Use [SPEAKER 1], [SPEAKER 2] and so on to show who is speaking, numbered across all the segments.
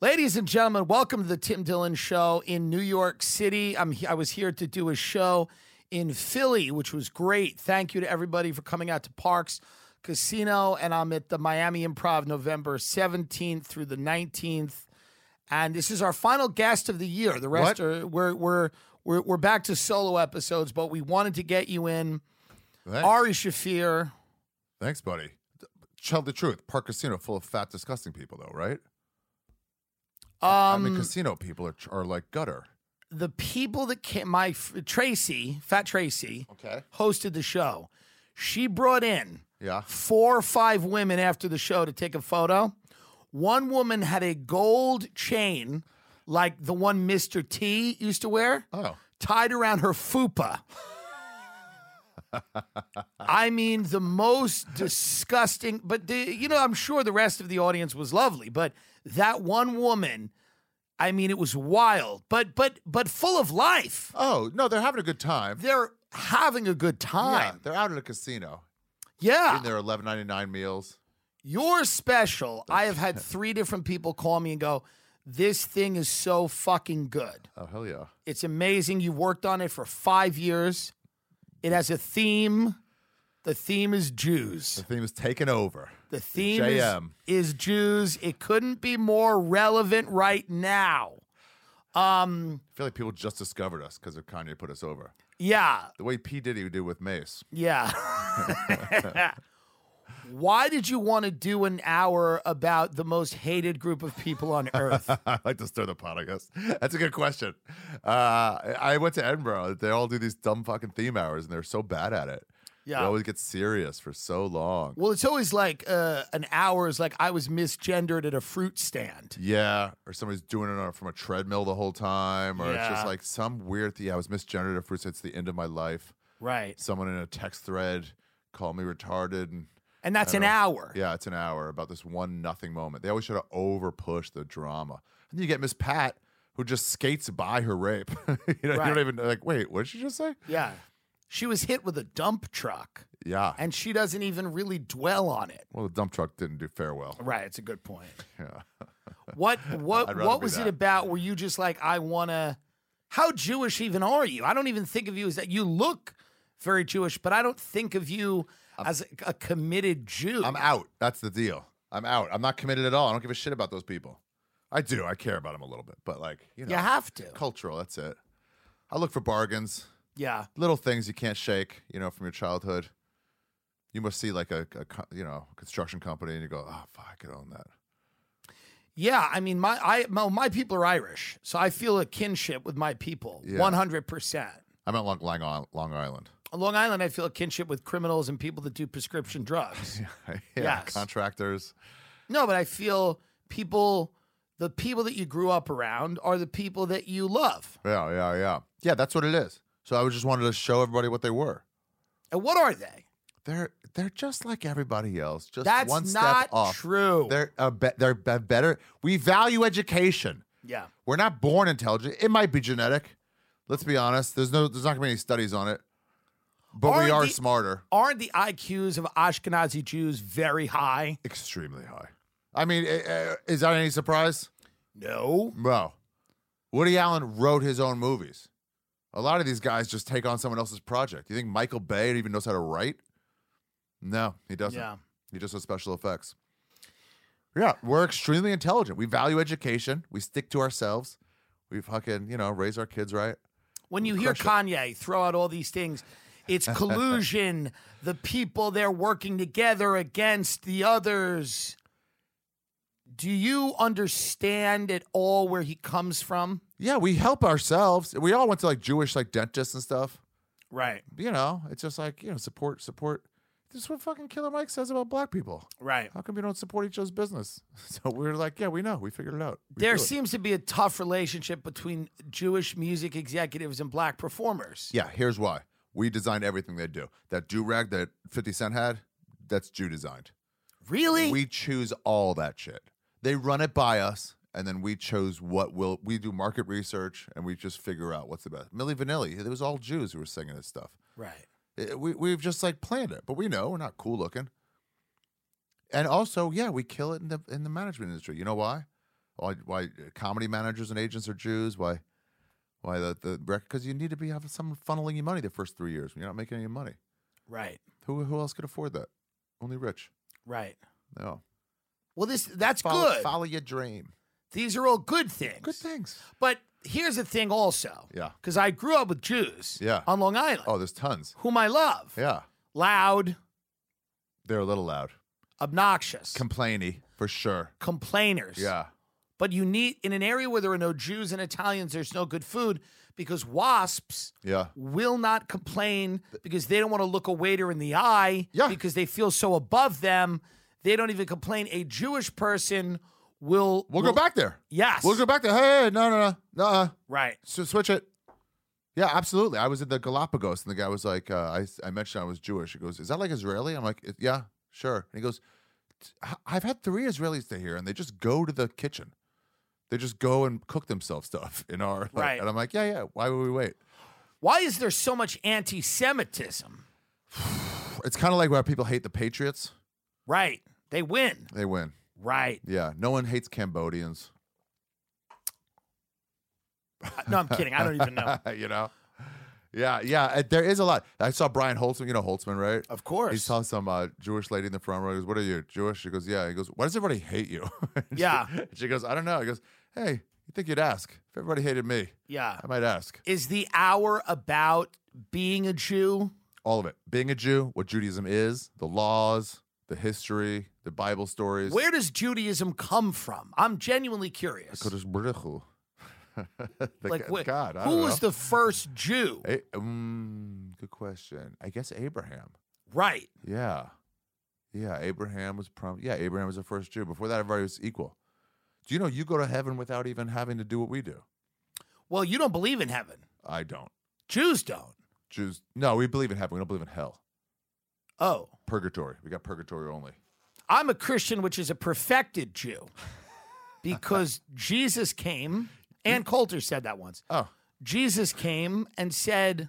[SPEAKER 1] Ladies and gentlemen, welcome to the Tim Dillon Show in New York City. I'm he- I was here to do a show in Philly, which was great. Thank you to everybody for coming out to Parks Casino, and I'm at the Miami Improv November 17th through the 19th. And this is our final guest of the year. The rest
[SPEAKER 2] What?
[SPEAKER 1] are we're we're we're we're back to solo episodes, but we wanted to get you in.
[SPEAKER 2] Thanks.
[SPEAKER 1] Ari Shafir.
[SPEAKER 2] Thanks, buddy. Tell the truth. Park Casino full of fat, disgusting people, though, right? I mean,
[SPEAKER 1] Um,
[SPEAKER 2] casino people are, are like gutter.
[SPEAKER 1] the people that came, my f- Tracy, Fat Tracy,
[SPEAKER 2] Okay.
[SPEAKER 1] hosted the show. She brought in
[SPEAKER 2] Yeah.
[SPEAKER 1] four or five women after the show to take a photo. One woman had a gold chain, like the one Mr. T used to wear,
[SPEAKER 2] Oh,
[SPEAKER 1] tied around her fupa. I mean, the most disgusting, but the, you know, I'm sure the rest of the audience was lovely, but that one woman, I mean, it was wild, but but but full of life.
[SPEAKER 2] oh no, they're having a good time.
[SPEAKER 1] They're having a good
[SPEAKER 2] Yeah,
[SPEAKER 1] time.
[SPEAKER 2] they're out at a casino.
[SPEAKER 1] Yeah.
[SPEAKER 2] In their eleven ninety nine meals.
[SPEAKER 1] You're special. I have had three different people call me and go, This thing is so fucking good.
[SPEAKER 2] Oh hell yeah.
[SPEAKER 1] It's amazing. You worked on it for five years. It has a theme. The theme is
[SPEAKER 2] The
[SPEAKER 1] Jews.
[SPEAKER 2] theme is taken over.
[SPEAKER 1] The theme is,
[SPEAKER 2] JM.
[SPEAKER 1] is Jews. It couldn't be more relevant right now. Um,
[SPEAKER 2] I feel like people just discovered us because of Kanye put us over.
[SPEAKER 1] yeah,
[SPEAKER 2] The way P Diddy did with Mace.
[SPEAKER 1] yeah. Why did you want to do an hour about the most hated group of people on earth?
[SPEAKER 2] I like to stir the pot, I guess. That's a good question. Uh, I I went to Edinburgh. They all do these dumb fucking theme hours, and they're so bad at it. They
[SPEAKER 1] Yeah.
[SPEAKER 2] always get serious for so long.
[SPEAKER 1] Well, it's always like uh, an hour is like I was misgendered at a fruit stand.
[SPEAKER 2] Yeah, or somebody's doing it on, from a treadmill the whole time, or it's
[SPEAKER 1] Yeah.
[SPEAKER 2] just like some weird thing. I was misgendered at first. It's the end of my life.
[SPEAKER 1] Right.
[SPEAKER 2] Someone in a text thread called me retarded, and
[SPEAKER 1] And that's an hour.
[SPEAKER 2] yeah, it's an hour about this one nothing moment. They always try to over push the drama, and then you get Miss Pat who just skates by her rape. you, know, you
[SPEAKER 1] Right.
[SPEAKER 2] don't even like. Wait, what did she just say?
[SPEAKER 1] Yeah. She was hit with a dump truck
[SPEAKER 2] Yeah.
[SPEAKER 1] and she doesn't even really dwell on it.
[SPEAKER 2] well, the dump truck didn't do fair well.
[SPEAKER 1] Right, it's a good point. What what
[SPEAKER 2] I'd rather
[SPEAKER 1] what
[SPEAKER 2] be
[SPEAKER 1] was it
[SPEAKER 2] that.
[SPEAKER 1] about were you just like I want to How Jewish even are you? I don't even think of you as that. You look very Jewish, but I don't think of you as a, a committed Jew.
[SPEAKER 2] I'm out. That's the deal. I'm out. I'm not committed at all. I don't give a shit about those people. I do. I care about them a little bit, but like you know,
[SPEAKER 1] You have to.
[SPEAKER 2] cultural. That's it. I look for bargains,
[SPEAKER 1] Yeah.
[SPEAKER 2] little things you can't shake. You know, from your childhood. You must see like a, a co- you know construction company, and you go, oh fuck, I could own that.
[SPEAKER 1] Yeah, I mean, my I my, my people are Irish, so I feel a kinship with my people,
[SPEAKER 2] Yeah.
[SPEAKER 1] one hundred percent.
[SPEAKER 2] I'm at Long, Lang- Long, Island.
[SPEAKER 1] On Long Island, I feel a kinship with criminals and people that do prescription drugs.
[SPEAKER 2] yeah,
[SPEAKER 1] Yes.
[SPEAKER 2] contractors.
[SPEAKER 1] no, but I feel people, the people that you grew up around, are the people that you love.
[SPEAKER 2] Yeah, yeah, yeah, yeah. That's what it is. So I was just wanted to show everybody what they were.
[SPEAKER 1] And what are they?
[SPEAKER 2] They're they're just like everybody else. Just
[SPEAKER 1] That's
[SPEAKER 2] one
[SPEAKER 1] not
[SPEAKER 2] step off.
[SPEAKER 1] true.
[SPEAKER 2] They're a be- they're be- better. We value education.
[SPEAKER 1] yeah,
[SPEAKER 2] We're not born intelligent. It might be genetic. Let's be honest. There's no there's not gonna be any studies on it. But we
[SPEAKER 1] Aren't
[SPEAKER 2] are
[SPEAKER 1] the-
[SPEAKER 2] smarter.
[SPEAKER 1] aren't the IQs of Ashkenazi Jews very high?
[SPEAKER 2] Extremely high. I mean, eh, eh, is that any surprise?
[SPEAKER 1] No.
[SPEAKER 2] Bro, Woody Allen wrote his own movies. A lot of these guys just take on someone else's project. You think Michael Bay even knows how to write? No, he doesn't.
[SPEAKER 1] Yeah.
[SPEAKER 2] He just does special effects. Yeah, we're extremely intelligent. We value education. We stick to ourselves. We fucking, you know, raise our kids right.
[SPEAKER 1] When you hear Kanye throw out all these things, it's collusion, the people they're working together against the others. Do you understand at all where he comes from?
[SPEAKER 2] Yeah, we help ourselves. We all went to like Jewish like dentists and stuff.
[SPEAKER 1] Right.
[SPEAKER 2] You know, it's just like, you know, support support This is what fucking Killer Mike says about black people.
[SPEAKER 1] Right.
[SPEAKER 2] How come you don't support each other's business? So we are like, yeah, we know. We figured it out. We
[SPEAKER 1] There
[SPEAKER 2] do it.
[SPEAKER 1] seems to be a tough relationship between Jewish music executives and black performers.
[SPEAKER 2] Yeah, here's why. We designed everything they do. That do rag that 50 Cent had, that's Jew designed.
[SPEAKER 1] Really?
[SPEAKER 2] We choose all that shit. They run it by us, and then we chose what will we do market research, and we just figure out what's the best. Millie Vanilli, it was all Jews who were singing this stuff.
[SPEAKER 1] right.
[SPEAKER 2] It- Eh, we we've just like planned it, but we know we're not cool looking. And also, yeah, we kill it in the in the management industry. You know why? Why, why eh, comedy managers and agents are Jews? Why? Why the the because you need to be having someone funneling you money the first three years when you're not making any money.
[SPEAKER 1] Right.
[SPEAKER 2] Who who else could afford that? Only rich.
[SPEAKER 1] Right.
[SPEAKER 2] No.
[SPEAKER 1] Well, this that's
[SPEAKER 2] Follow,
[SPEAKER 1] good.
[SPEAKER 2] follow your dream.
[SPEAKER 1] These are all good things.
[SPEAKER 2] Good things.
[SPEAKER 1] But here's the thing, also.
[SPEAKER 2] Yeah.
[SPEAKER 1] Because I grew up with Jews.
[SPEAKER 2] Yeah.
[SPEAKER 1] On Long Island,
[SPEAKER 2] Oh, there's tons.
[SPEAKER 1] whom I love.
[SPEAKER 2] Yeah.
[SPEAKER 1] Loud,
[SPEAKER 2] They're a little loud.
[SPEAKER 1] obnoxious,
[SPEAKER 2] Complainy for sure.
[SPEAKER 1] complainers.
[SPEAKER 2] Yeah.
[SPEAKER 1] But you need in an area where there are no Jews and Italians, there's no good food because wasps
[SPEAKER 2] Yeah.
[SPEAKER 1] will not complain because they don't want to look a waiter in the eye
[SPEAKER 2] Yeah.
[SPEAKER 1] because they feel so above them. They don't even complain. A Jewish person will
[SPEAKER 2] We'll
[SPEAKER 1] will-
[SPEAKER 2] go back there.
[SPEAKER 1] Yes.
[SPEAKER 2] We'll go back there. Hey, no, no, no, no.
[SPEAKER 1] Right.
[SPEAKER 2] So switch it. Yeah, absolutely. I was at the Galapagos, and the guy was like, uh, I, I mentioned I was Jewish. He goes, Is that like Israeli? I'm like, "It- Yeah, sure. And he goes, "I- I've had three Israelis to here, and they just go to the kitchen. They just go and cook themselves stuff in our. like-"
[SPEAKER 1] Right.
[SPEAKER 2] And I'm like, Yeah, yeah. Why would we wait?
[SPEAKER 1] Why is there so much anti Semitism?
[SPEAKER 2] It's kind of like why people hate the Patriots.
[SPEAKER 1] Right. They win.
[SPEAKER 2] They win.
[SPEAKER 1] Right.
[SPEAKER 2] Yeah. No one hates Cambodians.
[SPEAKER 1] Uh, No, I'm kidding. I don't even know.
[SPEAKER 2] you know? Yeah, yeah. uh, There is a lot. I saw Brian Holtzman. You know Holtzman, right?
[SPEAKER 1] Of course.
[SPEAKER 2] He saw some uh, Jewish lady in the front row. He goes, "What are you Jewish?" She goes, "Yeah." He goes, "Why does everybody hate you?" And she-
[SPEAKER 1] Yeah.
[SPEAKER 2] and She, goes, "I don't know." He goes, "Hey, you think you'd ask if everybody hated me?
[SPEAKER 1] yeah.
[SPEAKER 2] I might ask."
[SPEAKER 1] Is the hour about being a Jew?
[SPEAKER 2] All of it. Being a Jew, what Judaism is, the laws, the history, the Bible stories.
[SPEAKER 1] Where does Judaism come from? I'm genuinely curious.
[SPEAKER 2] Kodesh Baruch Hu. The
[SPEAKER 1] Like,
[SPEAKER 2] g-
[SPEAKER 1] wh-
[SPEAKER 2] God, I
[SPEAKER 1] who
[SPEAKER 2] don't
[SPEAKER 1] was
[SPEAKER 2] know.
[SPEAKER 1] the first Jew?
[SPEAKER 2] A- mm, good question. I guess Abraham.
[SPEAKER 1] Right.
[SPEAKER 2] Yeah. Yeah. Abraham was prom yeah, Abraham was the first Jew. Before that, everybody was equal. Do you know you go to heaven without even having to do what we do?
[SPEAKER 1] Well, you don't believe in heaven.
[SPEAKER 2] I don't.
[SPEAKER 1] Jews don't.
[SPEAKER 2] Jews no, we believe in heaven. We don't believe in hell.
[SPEAKER 1] Oh,
[SPEAKER 2] Purgatory. We got purgatory only.
[SPEAKER 1] I'm a Christian, which is a perfected Jew, because Jesus came. Ann Coulter said that once.
[SPEAKER 2] Oh.
[SPEAKER 1] Jesus came and said,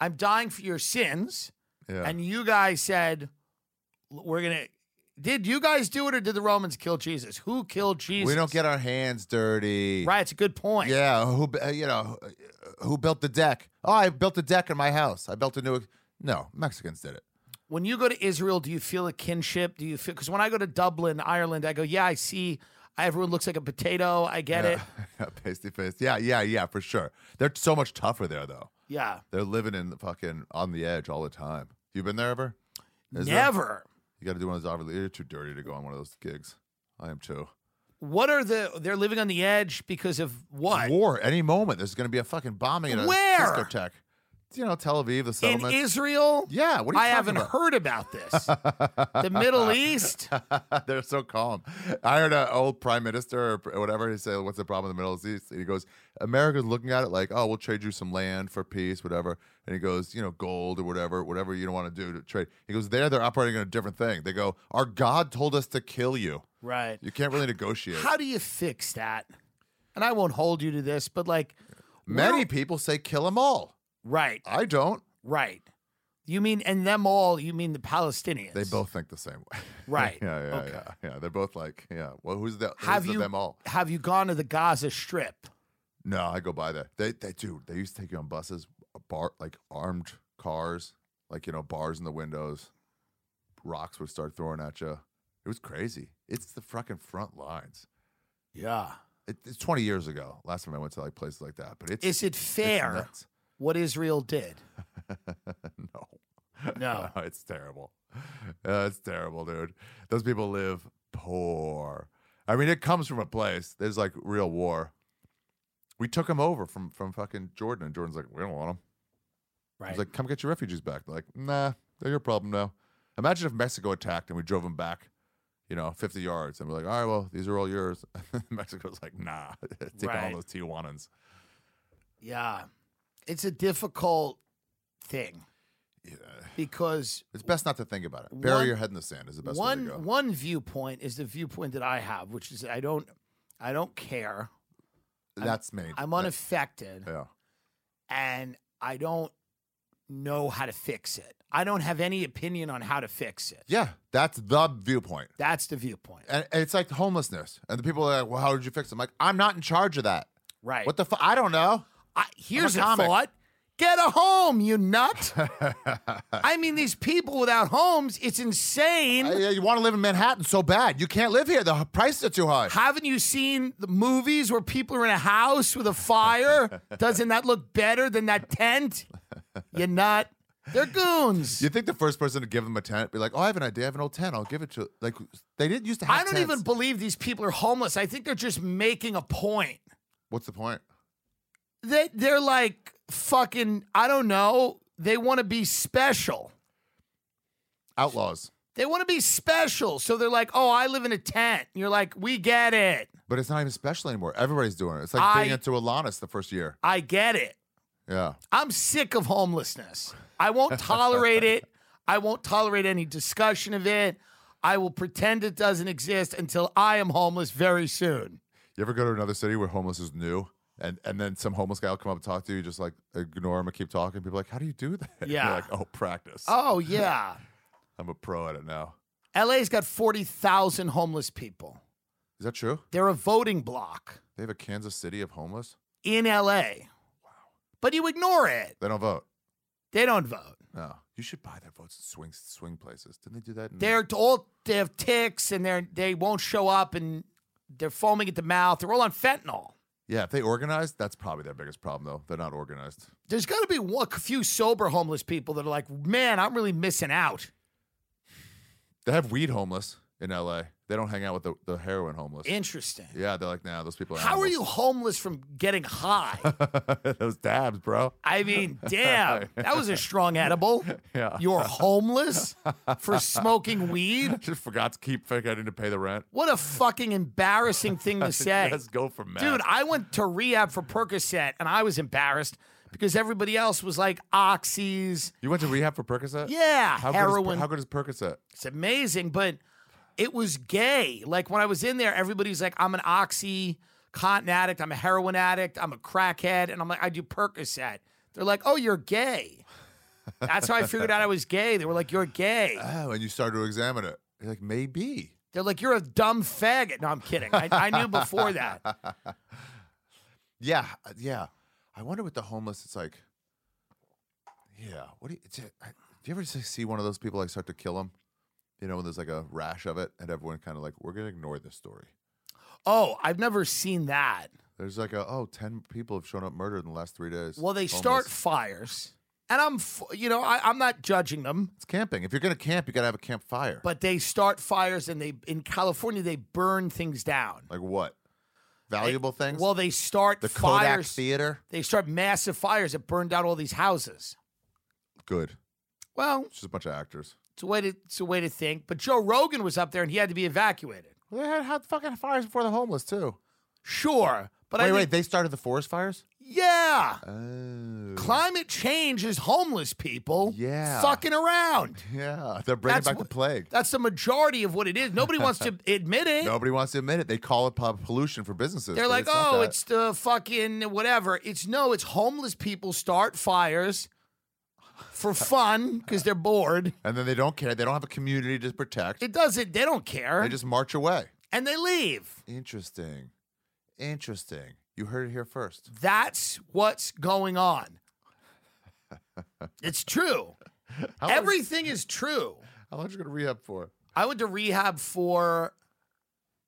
[SPEAKER 1] "I'm dying for your sins,"
[SPEAKER 2] Yeah.
[SPEAKER 1] and you guys said, "We're gonna." Did you guys do it, or did the Romans kill Jesus? Who killed Jesus?
[SPEAKER 2] we don't get our hands dirty.
[SPEAKER 1] right. It's a good point.
[SPEAKER 2] Yeah, who b- uh, you know uh, who built the deck? Oh, I built the deck in my house. I built a new No, Mexicans did it.
[SPEAKER 1] when you go to Israel, do you feel a kinship? Do you feel because when I go to Dublin, Ireland, I go, yeah, I see everyone looks like a potato. I get it.
[SPEAKER 2] it. Pasty face. Yeah, yeah, yeah, for sure. They're so much tougher there though.
[SPEAKER 1] Yeah,
[SPEAKER 2] They're living in the fucking on the edge all the time. You been there ever? Is there-
[SPEAKER 1] never.
[SPEAKER 2] You got to do one of those. Obviously, you're too dirty to go on one of those gigs. I am too.
[SPEAKER 1] What are the? They're living on the edge because of what?
[SPEAKER 2] War any moment. There's going to be a fucking bombing at a
[SPEAKER 1] Where?
[SPEAKER 2] discotheque. You know, Tel Aviv, the
[SPEAKER 1] In
[SPEAKER 2] settlement.
[SPEAKER 1] Israel?
[SPEAKER 2] Yeah, what are you
[SPEAKER 1] I
[SPEAKER 2] talking
[SPEAKER 1] haven't
[SPEAKER 2] about?
[SPEAKER 1] heard about this. the Middle East?
[SPEAKER 2] They're so calm. I heard an old prime minister or whatever he said, "What's the problem in the Middle East?" And he goes, "America's looking at it like, oh, we'll trade you some land for peace, whatever." And he goes, "You know, gold or whatever, whatever you don't want to do to trade." He goes, "There, they're operating on a different thing." They go, "Our God told us to kill you.
[SPEAKER 1] Right.
[SPEAKER 2] You can't really negotiate."
[SPEAKER 1] How do you fix that? And I won't hold you to this, but like,
[SPEAKER 2] Many
[SPEAKER 1] where-
[SPEAKER 2] people say kill them all.
[SPEAKER 1] right,
[SPEAKER 2] I don't.
[SPEAKER 1] right. You mean and them all? You mean the Palestinians?
[SPEAKER 2] They both think the same way.
[SPEAKER 1] Right.
[SPEAKER 2] yeah, yeah,
[SPEAKER 1] Okay.
[SPEAKER 2] yeah, yeah. They're both like, yeah. Well, who's the who's
[SPEAKER 1] Have
[SPEAKER 2] the
[SPEAKER 1] you
[SPEAKER 2] them all?
[SPEAKER 1] have you gone to the Gaza Strip?
[SPEAKER 2] No, I go by there. They, they, dude, they used to take you on buses, a bar, like armed cars, like you know, bars in the windows. Rocks would start throwing at you. It was crazy. It's the fucking front lines.
[SPEAKER 1] Yeah.
[SPEAKER 2] It, it's twenty years ago. Last time I went to like places like that, but it's
[SPEAKER 1] Is it
[SPEAKER 2] it's
[SPEAKER 1] fair
[SPEAKER 2] nuts.
[SPEAKER 1] what Israel did?
[SPEAKER 2] no.
[SPEAKER 1] No.
[SPEAKER 2] Oh, it's terrible. Uh, it's terrible, dude. Those people live poor. I mean, it comes from a place. There's like real war. We took them over from from fucking Jordan, and Jordan's like, we don't want them.
[SPEAKER 1] Right.
[SPEAKER 2] He's like, come get your refugees back. They're like, nah, they're your problem now. Imagine if Mexico attacked and we drove them back, you know, 50 yards, and we're like, all right, well, these are all yours. Mexico's like, nah, take all
[SPEAKER 1] Right.
[SPEAKER 2] those Tijuanans.
[SPEAKER 1] Yeah. It's a difficult thing
[SPEAKER 2] Yeah.
[SPEAKER 1] because
[SPEAKER 2] It's best not to think about it. Bury
[SPEAKER 1] One-
[SPEAKER 2] your head in the sand is the best way to go.
[SPEAKER 1] one one viewpoint is the viewpoint that I have, which is I don't I don't care.
[SPEAKER 2] That's me.
[SPEAKER 1] I'm
[SPEAKER 2] That-
[SPEAKER 1] unaffected
[SPEAKER 2] Yeah.
[SPEAKER 1] and I don't know how to fix it. I don't have any opinion on how to fix it.
[SPEAKER 2] Yeah. Uh, That's the viewpoint.
[SPEAKER 1] That's the viewpoint.
[SPEAKER 2] And and it's like homelessness. And the people are like, well, how did you fix it? I'm like, I'm not in charge of that.
[SPEAKER 1] Right.
[SPEAKER 2] What the fuck? I don't know.
[SPEAKER 1] I, here's a,
[SPEAKER 2] comic.
[SPEAKER 1] thought. Get a home, you nut. I mean, these people without homes, it's insane.
[SPEAKER 2] I- you want to live in Manhattan so bad. You can't live here. The h- prices are too high.
[SPEAKER 1] Haven't you seen the movies where people are in a house with a fire? Doesn't that look better than that tent? You're not. They're goons.
[SPEAKER 2] You think the first person to give them a tent be like, "Oh, I have an idea. I have an old tent. I'll give it to." Like they didn't used to have.
[SPEAKER 1] I don't
[SPEAKER 2] tents.
[SPEAKER 1] even believe these people are homeless. I think they're just making a point
[SPEAKER 2] What's the point?
[SPEAKER 1] that they're like fucking, I don't know, they want to be special.
[SPEAKER 2] Outlaws.
[SPEAKER 1] They want to be special. So they're like, oh, I live in a tent. And you're like, we get it.
[SPEAKER 2] But it's not even special anymore. Everybody's doing it. It's like
[SPEAKER 1] I-
[SPEAKER 2] being into Alanis the first year.
[SPEAKER 1] I get it.
[SPEAKER 2] Yeah.
[SPEAKER 1] I'm sick of homelessness. I won't tolerate it. I won't tolerate any discussion of it. I will pretend it doesn't exist until I am homeless very soon.
[SPEAKER 2] You ever go to another city where homeless is new, and and then some homeless guy will come up and talk to you, you just like ignore him and keep talking. People are like, "How do you do that?" You're
[SPEAKER 1] Yeah.
[SPEAKER 2] like, oh, practice.
[SPEAKER 1] Oh, yeah.
[SPEAKER 2] I'm a pro at it now.
[SPEAKER 1] LA's got 40,000 homeless people.
[SPEAKER 2] Is that true?
[SPEAKER 1] They're a voting block
[SPEAKER 2] They have a Kansas City of homeless.
[SPEAKER 1] in LA. But you ignore it.
[SPEAKER 2] They don't vote.
[SPEAKER 1] They don't vote.
[SPEAKER 2] No. You should buy their votes at swing swing places. Didn't they do that? In
[SPEAKER 1] They're all they have ticks and they're they won't show up and they're foaming at the mouth. They're all on fentanyl.
[SPEAKER 2] Yeah, if they organized, that's probably their biggest problem though. They're not organized.
[SPEAKER 1] There's got to be one, a few sober homeless people that are like, man, I'm really missing out.
[SPEAKER 2] They have weed homeless in LA. They don't hang out with the, the heroin homeless.
[SPEAKER 1] Interesting.
[SPEAKER 2] yeah, they're like, nah, those people are
[SPEAKER 1] How are
[SPEAKER 2] animals."
[SPEAKER 1] you homeless from getting high?
[SPEAKER 2] those dabs, bro.
[SPEAKER 1] I mean, damn, that was a strong edible.
[SPEAKER 2] Yeah.
[SPEAKER 1] You're homeless for smoking weed?
[SPEAKER 2] Just forgot to keep forgetting to pay the rent.
[SPEAKER 1] What a fucking embarrassing thing to say.
[SPEAKER 2] Let's go for meth.
[SPEAKER 1] Dude, I went to rehab for Percocet and I was embarrassed because everybody else was like oxys.
[SPEAKER 2] you went to rehab for Percocet?
[SPEAKER 1] Yeah,
[SPEAKER 2] How Good is,
[SPEAKER 1] heroin.
[SPEAKER 2] how good is Percocet?
[SPEAKER 1] It's amazing, but it was gay. Like when I was in there, everybody's like, I'm an oxy cotton addict, I'm a heroin addict, I'm a crackhead, and I'm like, I do Percocet. They're like, Oh, you're gay. That's how I figured out I was gay. They were like, You're gay.
[SPEAKER 2] Oh, and you started to examine it. You're like, maybe.
[SPEAKER 1] They're like, You're a dumb faggot. No, I'm kidding. I, I knew before that.
[SPEAKER 2] Yeah, uh, yeah. I wonder with the homeless, it's like, yeah. What do you, it's, I- do you ever just see one of those people like start to kill them? You know, when there's like a rash of it, and everyone kind of like, we're gonna ignore this story.
[SPEAKER 1] Oh, I've never seen that.
[SPEAKER 2] There's like a oh, 10 people have shown up murdered in the last three days.
[SPEAKER 1] Well, they
[SPEAKER 2] Homeless.
[SPEAKER 1] start fires, and I'm, f- you know, I, I'm not judging them,
[SPEAKER 2] It's camping. If you're gonna camp, you gotta have a campfire.
[SPEAKER 1] but they start fires, and they in California they burn things down.
[SPEAKER 2] like what? Valuable things.
[SPEAKER 1] Well, they start
[SPEAKER 2] the Kodak
[SPEAKER 1] fires.
[SPEAKER 2] Theater.
[SPEAKER 1] They start massive fires that burn down all these houses.
[SPEAKER 2] Good.
[SPEAKER 1] Well,
[SPEAKER 2] It's just a bunch of actors.
[SPEAKER 1] it's a way to it's a way to think. But Joe Rogan was up there, and he had to be evacuated.
[SPEAKER 2] Well, they had, had fucking fires before the homeless too.
[SPEAKER 1] Sure, but
[SPEAKER 2] wait,
[SPEAKER 1] I
[SPEAKER 2] wait.
[SPEAKER 1] think-
[SPEAKER 2] They started the forest fires.
[SPEAKER 1] yeah.
[SPEAKER 2] Oh.
[SPEAKER 1] Climate change is homeless people
[SPEAKER 2] Yeah.
[SPEAKER 1] fucking around.
[SPEAKER 2] Yeah, they're bringing
[SPEAKER 1] That's
[SPEAKER 2] back the
[SPEAKER 1] what-
[SPEAKER 2] plague.
[SPEAKER 1] That's the majority of what it is. Nobody wants to admit it.
[SPEAKER 2] Nobody wants to admit it. They call it pub pollution for businesses.
[SPEAKER 1] They're
[SPEAKER 2] but
[SPEAKER 1] like,
[SPEAKER 2] not
[SPEAKER 1] oh,
[SPEAKER 2] that.
[SPEAKER 1] it's the fucking whatever. It's no, it's homeless people start fires for fun because they're bored.
[SPEAKER 2] and then they don't care. They don't have a community to protect.
[SPEAKER 1] It doesn't, they don't care.
[SPEAKER 2] they just march away.
[SPEAKER 1] and they leave.
[SPEAKER 2] Interesting, interesting. You heard it here first.
[SPEAKER 1] That's what's going on. It's true.
[SPEAKER 2] How long-
[SPEAKER 1] Everything is true.
[SPEAKER 2] how long are you going to rehab for?
[SPEAKER 1] I went to rehab for,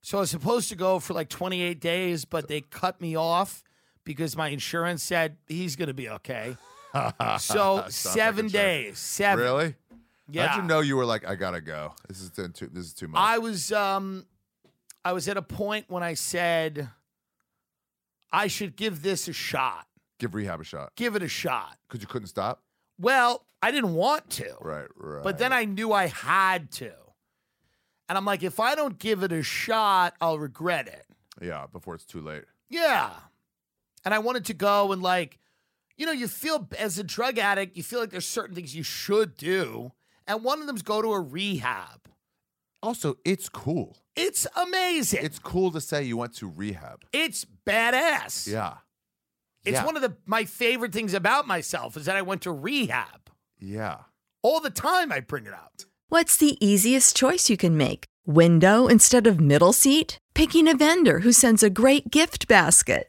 [SPEAKER 1] so I was supposed to go for like 28 days, but they cut me off because my insurance said he's going to be okay. So
[SPEAKER 2] Sounds like
[SPEAKER 1] seven
[SPEAKER 2] insurance.
[SPEAKER 1] days, seven.
[SPEAKER 2] Really?
[SPEAKER 1] Yeah.
[SPEAKER 2] How'd you know you were like, I gotta go. This is too. too- This is too much.
[SPEAKER 1] I was um I was at a point when I said I should give this a shot.
[SPEAKER 2] Give rehab a shot
[SPEAKER 1] Give it a shot.
[SPEAKER 2] because you couldn't stop.
[SPEAKER 1] Well, I didn't want to.
[SPEAKER 2] Right, right.
[SPEAKER 1] But then I knew I had to. And I'm like, if I don't give it a shot, I'll regret it.
[SPEAKER 2] yeah, before it's too late.
[SPEAKER 1] Yeah. And I wanted to go and like, you know, you feel as a drug addict, you feel like there's certain things you should do. And one of them's go to a rehab.
[SPEAKER 2] Also, it's cool.
[SPEAKER 1] It's amazing. It's,
[SPEAKER 2] It's cool to say you went to rehab.
[SPEAKER 1] badass.
[SPEAKER 2] Yeah.
[SPEAKER 1] It's
[SPEAKER 2] yeah.
[SPEAKER 1] one of the my favorite things about myself is that I went to rehab.
[SPEAKER 2] Yeah.
[SPEAKER 1] All the time I bring it up.
[SPEAKER 3] What's the easiest choice you can make? Window instead of middle seat? Picking a vendor who sends a great gift basket?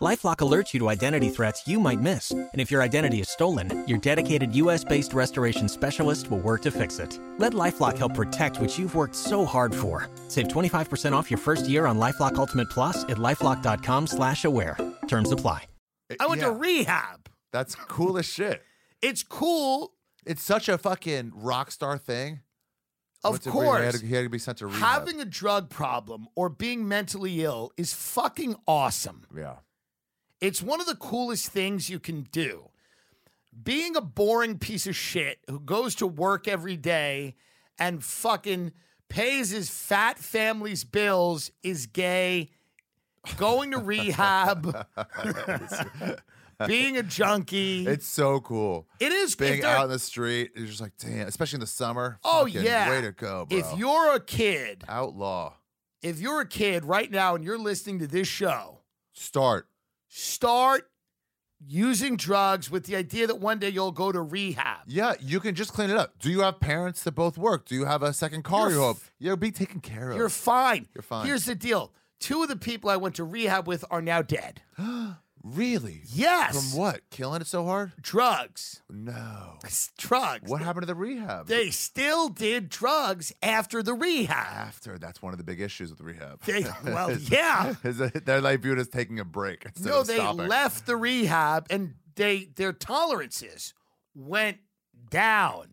[SPEAKER 4] Lifelock alerts you to identity threats you might miss. And if your identity is stolen, your dedicated US based restoration specialist will work to fix it. Let Lifelock help protect what you've worked so hard for. Save 25% off your first year on Lifelock Ultimate Plus at lifelock.com slash aware. Terms apply.
[SPEAKER 1] I went to
[SPEAKER 2] Yeah.
[SPEAKER 1] rehab.
[SPEAKER 2] That's cool as shit.
[SPEAKER 1] It's cool,
[SPEAKER 2] It's such a fucking rock star thing.
[SPEAKER 1] of
[SPEAKER 2] Went to rehab. He had
[SPEAKER 1] course.
[SPEAKER 2] to- he had to be sent to rehab.
[SPEAKER 1] Having a drug problem or being mentally ill is fucking awesome.
[SPEAKER 2] yeah.
[SPEAKER 1] It's one of the coolest things you can do. Being a boring piece of shit who goes to work every day and fucking pays his fat family's bills is gay. Going to rehab, being a junkie.
[SPEAKER 2] It's so cool.
[SPEAKER 1] it is if
[SPEAKER 2] Being
[SPEAKER 1] they're-
[SPEAKER 2] out in the street, you're just like, damn, especially in the summer.
[SPEAKER 1] Oh
[SPEAKER 2] Fucking
[SPEAKER 1] yeah.
[SPEAKER 2] Way to go, bro.
[SPEAKER 1] If you're a kid,
[SPEAKER 2] outlaw,
[SPEAKER 1] if you're a kid right now and you're listening to this show,
[SPEAKER 2] start.
[SPEAKER 1] start using drugs with the idea that one day you'll go to rehab.
[SPEAKER 2] Yeah, you can just clean it up. Do you have parents that both work? Do you have a second
[SPEAKER 1] You're
[SPEAKER 2] car you
[SPEAKER 1] f-
[SPEAKER 2] hope? You'll be taken care of.
[SPEAKER 1] You're fine.
[SPEAKER 2] You're fine.
[SPEAKER 1] Here's the deal. Two of the people I went to rehab with are now dead.
[SPEAKER 2] really?
[SPEAKER 1] Yes.
[SPEAKER 2] From what? Killing it so hard?
[SPEAKER 1] Drugs.
[SPEAKER 2] No.
[SPEAKER 1] It's drugs.
[SPEAKER 2] What happened to the rehab?
[SPEAKER 1] They still did drugs after the rehab.
[SPEAKER 2] After that's one of the big issues with rehab.
[SPEAKER 1] They- well, yeah.
[SPEAKER 2] Is that they're like viewed as taking a break. Instead
[SPEAKER 1] no,
[SPEAKER 2] of
[SPEAKER 1] they
[SPEAKER 2] stopping.
[SPEAKER 1] left the rehab and they their tolerances went down.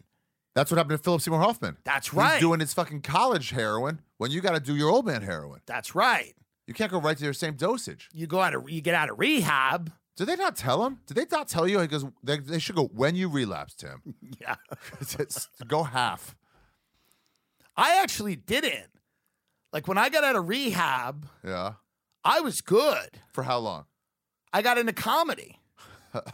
[SPEAKER 2] That's what happened to Philip Seymour Hoffman.
[SPEAKER 1] That's
[SPEAKER 2] He's
[SPEAKER 1] right.
[SPEAKER 2] doing his fucking college heroin when you got to do your old man heroin.
[SPEAKER 1] That's right.
[SPEAKER 2] You can't go right to your same dosage.
[SPEAKER 1] You go out of you get out of rehab.
[SPEAKER 2] Did they not tell him? Did they not tell you? He goes, they, they should go when you relapse, Tim.
[SPEAKER 1] Yeah.
[SPEAKER 2] Just go half.
[SPEAKER 1] I actually didn't. Like when I got out of rehab,
[SPEAKER 2] Yeah.
[SPEAKER 1] I was good.
[SPEAKER 2] For how long?
[SPEAKER 1] I got into comedy.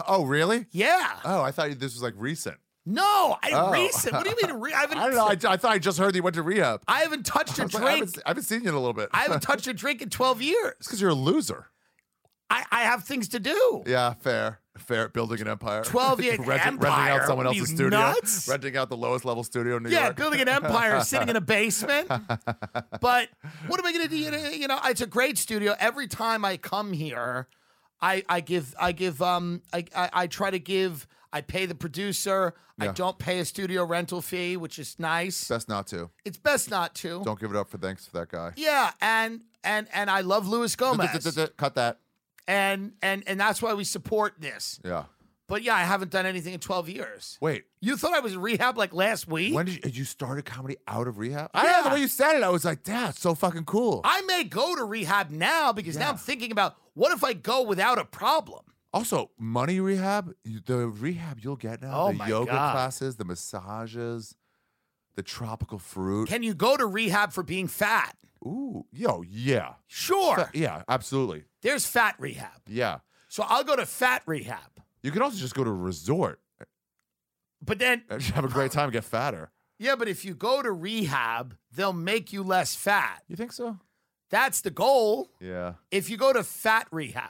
[SPEAKER 2] Oh, really?
[SPEAKER 1] Yeah.
[SPEAKER 2] Oh, I thought this was like recent.
[SPEAKER 1] No, I
[SPEAKER 2] Oh.
[SPEAKER 1] recent. What do you mean? Re- I
[SPEAKER 2] I
[SPEAKER 1] haven't.
[SPEAKER 2] don't know. I, I thought I just heard that you went to rehab.
[SPEAKER 1] I haven't touched a
[SPEAKER 2] I was
[SPEAKER 1] drink.
[SPEAKER 2] like, I, haven't, I haven't seen you in a little bit.
[SPEAKER 1] touched a drink in twelve years.
[SPEAKER 2] it's because you're a loser.
[SPEAKER 1] I, I have things to do.
[SPEAKER 2] Yeah, fair. Fair. Building an empire.
[SPEAKER 1] 12 year
[SPEAKER 2] renting, renting
[SPEAKER 1] empire.
[SPEAKER 2] out someone
[SPEAKER 1] Are
[SPEAKER 2] else's
[SPEAKER 1] you
[SPEAKER 2] studio.
[SPEAKER 1] nuts?
[SPEAKER 2] Renting out the lowest level studio in New
[SPEAKER 1] Yeah,
[SPEAKER 2] York.
[SPEAKER 1] building an empire, sitting in a basement. But what am I going to do? You know, you know, it's a great studio. Every time I come here, I, I give, I give, um, I, I, I try to give. I pay the producer. I don't pay a studio rental fee, which is nice.
[SPEAKER 2] Best not to.
[SPEAKER 1] It's best not to.
[SPEAKER 2] Don't give it up for thanks for that guy.
[SPEAKER 1] Yeah, and and and I love Luis Gomez.
[SPEAKER 2] Cut that.
[SPEAKER 1] and and and that's why we support this.
[SPEAKER 2] Yeah.
[SPEAKER 1] But yeah, I haven't done anything in 12 years.
[SPEAKER 2] Wait.
[SPEAKER 1] You thought I was in rehab like last week?
[SPEAKER 2] When did you, you started comedy out of rehab? I don't know the
[SPEAKER 1] Yeah.
[SPEAKER 2] way you said it. I was like, that's so fucking cool.
[SPEAKER 1] I may go to rehab now because now I'm thinking about what if I go without a problem?
[SPEAKER 2] also, money rehab, you- the rehab you'll get now,
[SPEAKER 1] Oh
[SPEAKER 2] the
[SPEAKER 1] my
[SPEAKER 2] yoga
[SPEAKER 1] God.
[SPEAKER 2] classes, the massages, the tropical fruit.
[SPEAKER 1] Can you go to rehab for being fat?
[SPEAKER 2] Ooh, yo, yeah,
[SPEAKER 1] Sure.
[SPEAKER 2] yeah, absolutely,
[SPEAKER 1] There's fat rehab.
[SPEAKER 2] yeah.
[SPEAKER 1] So I'll go to fat rehab.
[SPEAKER 2] You can also just go to a resort,
[SPEAKER 1] But then,
[SPEAKER 2] and have a great time, and get fatter.
[SPEAKER 1] yeah, but if you go to rehab, they'll make you less fat.
[SPEAKER 2] You think so?
[SPEAKER 1] That's the goal.
[SPEAKER 2] Yeah,
[SPEAKER 1] If you go to fat rehab,